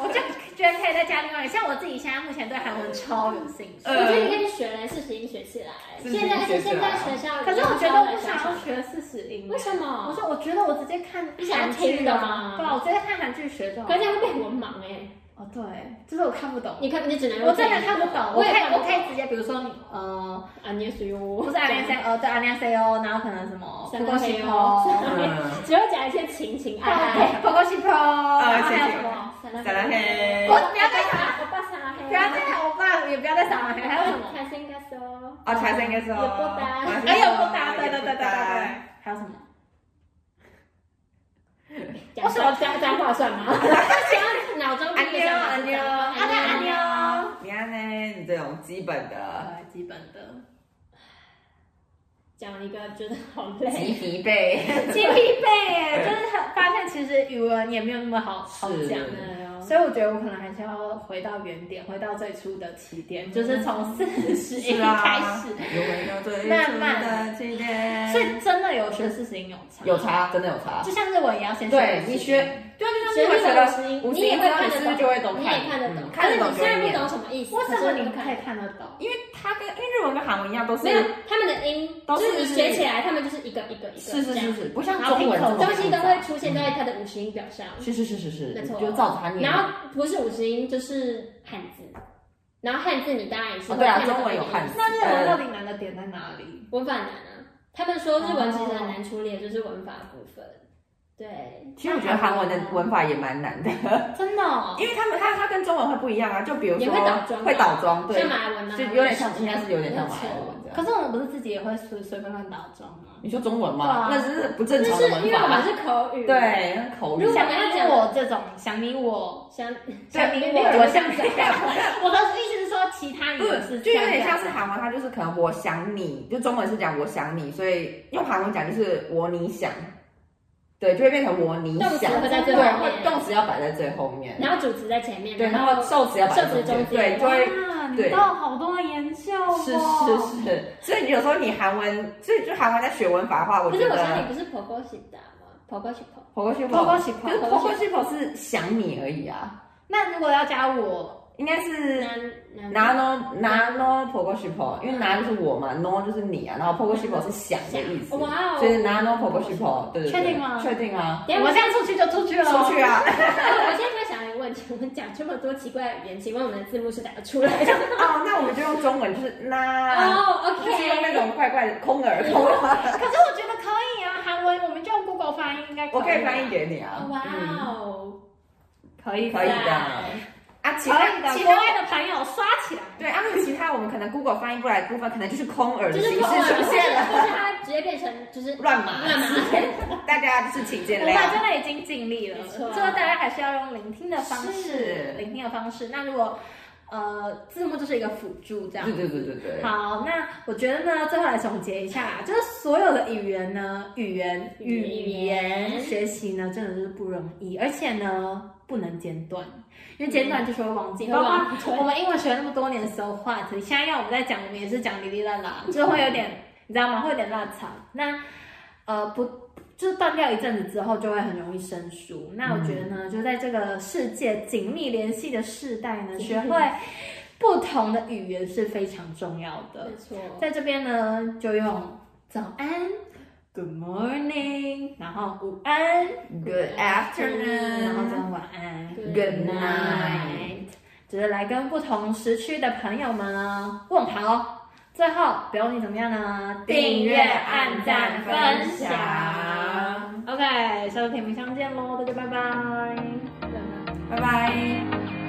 Speaker 1: 我就觉得可以再加另外一个。像我自己现在目前对韩文超有兴趣，
Speaker 3: 我觉得你可以学来四十音学起来。
Speaker 2: 四十音
Speaker 3: 现在而且
Speaker 2: 学起
Speaker 3: 现
Speaker 2: 来
Speaker 3: 在学校，
Speaker 1: 可是我觉得我不想要学四十音
Speaker 3: 为。什
Speaker 1: 我
Speaker 3: 么？
Speaker 1: 说，我觉得我直接看
Speaker 3: 你想
Speaker 1: 韩剧
Speaker 3: 听的
Speaker 1: 啊
Speaker 3: 吗
Speaker 1: 对啊，我直接看韩剧学就好
Speaker 3: 可。是这样会被文盲哎，
Speaker 1: 哦，对，就是我看不懂，
Speaker 3: 你看，你只能
Speaker 1: 我真的看不懂。我
Speaker 3: 我
Speaker 1: 可以
Speaker 3: 也看不
Speaker 1: 我
Speaker 3: 懂
Speaker 1: 可以直接，比如说你呃，
Speaker 3: 啊，你也属于我，
Speaker 1: 不是 I N C 哦，对 I N C O，然后可能什么 p
Speaker 3: 三
Speaker 1: o
Speaker 3: 个
Speaker 1: o s h i p o
Speaker 2: 嗯，
Speaker 3: 只会讲一些情情爱爱。
Speaker 1: p o o s h i p o 然后还有什么？
Speaker 2: 再来嘿
Speaker 1: 我，不要再
Speaker 3: 啊我爸上来，
Speaker 1: 不要再欧巴，也不要再撒黑，还有什么？
Speaker 3: 财神歌手，
Speaker 2: 哦，财神应该是
Speaker 3: 也不搭
Speaker 2: 哎
Speaker 1: 还哎有不搭，对对对对对对，还有什么？
Speaker 3: 讲说脏脏话算吗？讲脑中
Speaker 2: 安
Speaker 3: 第一
Speaker 2: 妞
Speaker 3: 个
Speaker 2: 安妞，
Speaker 3: 想
Speaker 1: 啊
Speaker 3: 到
Speaker 1: 对，
Speaker 3: 的
Speaker 1: 安
Speaker 3: 是脏话
Speaker 1: 妞，
Speaker 2: 你看呢？你这种基本的
Speaker 1: 对，呃基本的，
Speaker 3: 讲一个觉得好
Speaker 2: 鸡
Speaker 3: 累，
Speaker 2: 皮背，
Speaker 1: 鸡皮背耶，就是很发现其实语文也没有那么好好
Speaker 2: 是
Speaker 1: 讲。
Speaker 3: 哦
Speaker 1: 所以我觉得我可能还是要回到原点，回到最初的起点，就是从四十音
Speaker 2: 是
Speaker 1: 开
Speaker 2: 啊
Speaker 1: 始。，
Speaker 2: 有没有最
Speaker 1: 慢
Speaker 2: 初
Speaker 1: 慢
Speaker 2: 的起点
Speaker 1: 所以真的有学四十音有差，
Speaker 2: 有，差，真的有差。
Speaker 1: 就像日文也要先
Speaker 2: 对
Speaker 1: 40
Speaker 2: 你
Speaker 1: 音
Speaker 2: 学，对啊，就像日本
Speaker 3: 其实
Speaker 2: 的
Speaker 3: 日
Speaker 2: 五
Speaker 3: 文
Speaker 2: 十
Speaker 3: 你
Speaker 2: 音
Speaker 3: 也会
Speaker 2: 之后
Speaker 3: 看
Speaker 2: 你
Speaker 3: 得
Speaker 2: 是不
Speaker 3: 懂
Speaker 2: 是就会懂
Speaker 3: 你
Speaker 2: 看？
Speaker 3: 也看得懂
Speaker 2: 嗯看得懂
Speaker 3: 可
Speaker 2: 就是会
Speaker 3: 你虽然
Speaker 2: 念
Speaker 3: 不懂什么意思，
Speaker 1: 为什么
Speaker 3: 可是
Speaker 1: 你
Speaker 3: 你
Speaker 1: 可以看得懂？
Speaker 2: 因为它跟因为日文跟韩文一样都是
Speaker 3: 没有他们的音，
Speaker 2: 都
Speaker 3: 就是是你学起来，他们就是一个一个一个，
Speaker 2: 是是
Speaker 3: 这样
Speaker 2: 是是，不像
Speaker 1: 然后
Speaker 2: 中文
Speaker 1: 拼口
Speaker 2: 这么嗯
Speaker 3: 东西
Speaker 2: 复
Speaker 3: 都
Speaker 2: 杂
Speaker 3: 会出现在它的五十音表上，
Speaker 2: 是是是是是，
Speaker 3: 没
Speaker 2: 你
Speaker 3: 错
Speaker 2: 就照着它念。
Speaker 3: 然后不是五十音就是汉字，然后汉字你当然也是
Speaker 2: 哦
Speaker 3: 会
Speaker 2: 对啊，
Speaker 3: 看得懂
Speaker 2: 中文有
Speaker 3: 一点
Speaker 2: 汉字，
Speaker 1: 那日文到底难的点在哪里？
Speaker 3: 文法难啊，他们说日文其实很难处理，的就是文法部分。对，
Speaker 2: 其实我觉得韩文的文法也蛮难的，
Speaker 1: 真的哦，
Speaker 2: 因为他们它它跟中文会不一样啊，就比如
Speaker 3: 也
Speaker 2: 说
Speaker 3: 会倒装
Speaker 2: 会倒装，哦对
Speaker 3: 像，马来文啊，
Speaker 2: 就有点像，应该是有点像马来文这样。
Speaker 1: 可是我们不是自己也会随随便乱打妆吗？
Speaker 2: 你说中文吗？
Speaker 1: 对
Speaker 2: 那
Speaker 1: 啊
Speaker 2: 只是不
Speaker 3: 就
Speaker 2: 正
Speaker 3: 是
Speaker 2: 常的
Speaker 3: 因
Speaker 2: 文
Speaker 3: 为我们
Speaker 2: 法，
Speaker 3: 是口语，，
Speaker 2: 对，那口语
Speaker 3: 如。果
Speaker 1: 想
Speaker 3: 我要
Speaker 1: 你
Speaker 3: 讲
Speaker 1: 我这种，想你我，
Speaker 3: 像
Speaker 1: 想你我，我像谁？ 我的意思是说，其他语
Speaker 2: 不
Speaker 1: 言
Speaker 2: 是，
Speaker 1: 是
Speaker 2: 就有点
Speaker 1: 这样
Speaker 2: 像是韩文，它就是可能我想你，就中文是讲我想你，所以用韩文讲就是我你想，对，就会变成我你
Speaker 3: 动词
Speaker 2: 想，
Speaker 3: 会在最
Speaker 2: 对，
Speaker 3: 后
Speaker 2: 会
Speaker 3: 面，
Speaker 2: 动词要摆在最后面，
Speaker 3: 然后主词在前面，
Speaker 2: 对，然后受词要摆在中
Speaker 3: 受词
Speaker 2: 间，
Speaker 3: 中间
Speaker 2: 对，就会
Speaker 1: 哇，你
Speaker 2: 对
Speaker 1: 到好多的研究哦。
Speaker 2: 是是是，所以你有时候你韩文，所以就韩文在学文法的话，我
Speaker 3: 不
Speaker 2: 觉
Speaker 3: 是
Speaker 2: 得
Speaker 3: 我想你不是婆婆洗的吗？婆婆洗婆，
Speaker 2: 婆婆媳
Speaker 1: 包括
Speaker 2: 婆，
Speaker 1: 喜
Speaker 2: 可
Speaker 1: 欢
Speaker 2: 是。婆婆媳婆是想你而已啊，
Speaker 1: 那如果要加我，
Speaker 2: 应该是
Speaker 3: 男
Speaker 2: 拿 no 拿 no 婆婆媳婆，因为拿就是我嘛，no 就是你啊，然后婆婆媳婆是想的意思，
Speaker 3: 哇哦，
Speaker 2: 所以拿 no 婆婆媳婆，对对对，
Speaker 1: 确定吗
Speaker 2: 确定啊，
Speaker 3: 等一
Speaker 1: 我们这
Speaker 3: 下
Speaker 1: 样出去就出去了。
Speaker 2: 出去啊，
Speaker 3: 我现在在想一个问题，我们讲这么多奇怪的语言，请问我们的字幕是打得出 来的？
Speaker 2: 哦，那我们就用中文就是那，
Speaker 3: 哦
Speaker 2: 就是用那
Speaker 3: ，OK，
Speaker 2: 种怪怪的空耳空耳，
Speaker 1: 可是我觉得可以啊，韩文我们就用 Google 翻译应该
Speaker 2: 我可以翻译
Speaker 1: 译，嗯
Speaker 2: 给你啊，
Speaker 3: 哇
Speaker 2: 嗯，
Speaker 3: 哦，
Speaker 1: 可以
Speaker 2: 可以的啊，
Speaker 1: 可
Speaker 2: 其他
Speaker 1: 以的。
Speaker 2: 其
Speaker 1: 国
Speaker 2: 他。
Speaker 1: 外的朋友刷起来。
Speaker 2: 对，啊，那其他我们可能 Google 翻译不来的部分，可能就是空耳的
Speaker 3: 就
Speaker 2: 形
Speaker 3: 是
Speaker 2: 式
Speaker 3: 口耳，嗯
Speaker 2: 出现了，
Speaker 3: 就是它直接变成就是
Speaker 2: 乱码，
Speaker 3: 乱码，
Speaker 2: 大家就是请见
Speaker 1: 我们
Speaker 2: 谅。
Speaker 1: 真的已经尽力了，
Speaker 3: 没
Speaker 1: 所
Speaker 3: 错
Speaker 1: 以大家还是要用聆听的方
Speaker 2: 是
Speaker 1: 式，聆听的方式。那如果呃字幕就是一个辅助这样
Speaker 2: 对。对对对对，
Speaker 1: 好，那我觉得呢，最后来总结一下，就是所有的语言呢，语言
Speaker 3: 语
Speaker 1: 语
Speaker 3: 言
Speaker 1: 言学习呢，真的就是不容易，而且呢，不能间断，因为间断就是会忘记。
Speaker 3: 嗯
Speaker 1: 包括
Speaker 3: 会忘记
Speaker 1: 我们英文学了那么多年的时候，话题现在要我们再讲，我们也是讲哩哩啦啦，就会有点，你知道吗？会有点乱吵。那呃不。就是断掉一阵子之后，就会很容易生疏。那我觉得呢，就在这个世界紧密联系的世代呢，学会不同的语言是非常重要的。
Speaker 3: 没错，
Speaker 1: 在这边呢，就用早安，Good morning，然后午安，
Speaker 2: Good
Speaker 1: 然后
Speaker 2: afternoon，
Speaker 1: 跟晚安
Speaker 2: 嗯 Good night
Speaker 1: 就是来跟不同时区的朋友们呢问好。最后，不用你怎么样呢？
Speaker 2: 订阅按赞分享
Speaker 1: OK，下次甜蜜相见喽，大家拜拜。
Speaker 3: 乱码
Speaker 2: 拜拜。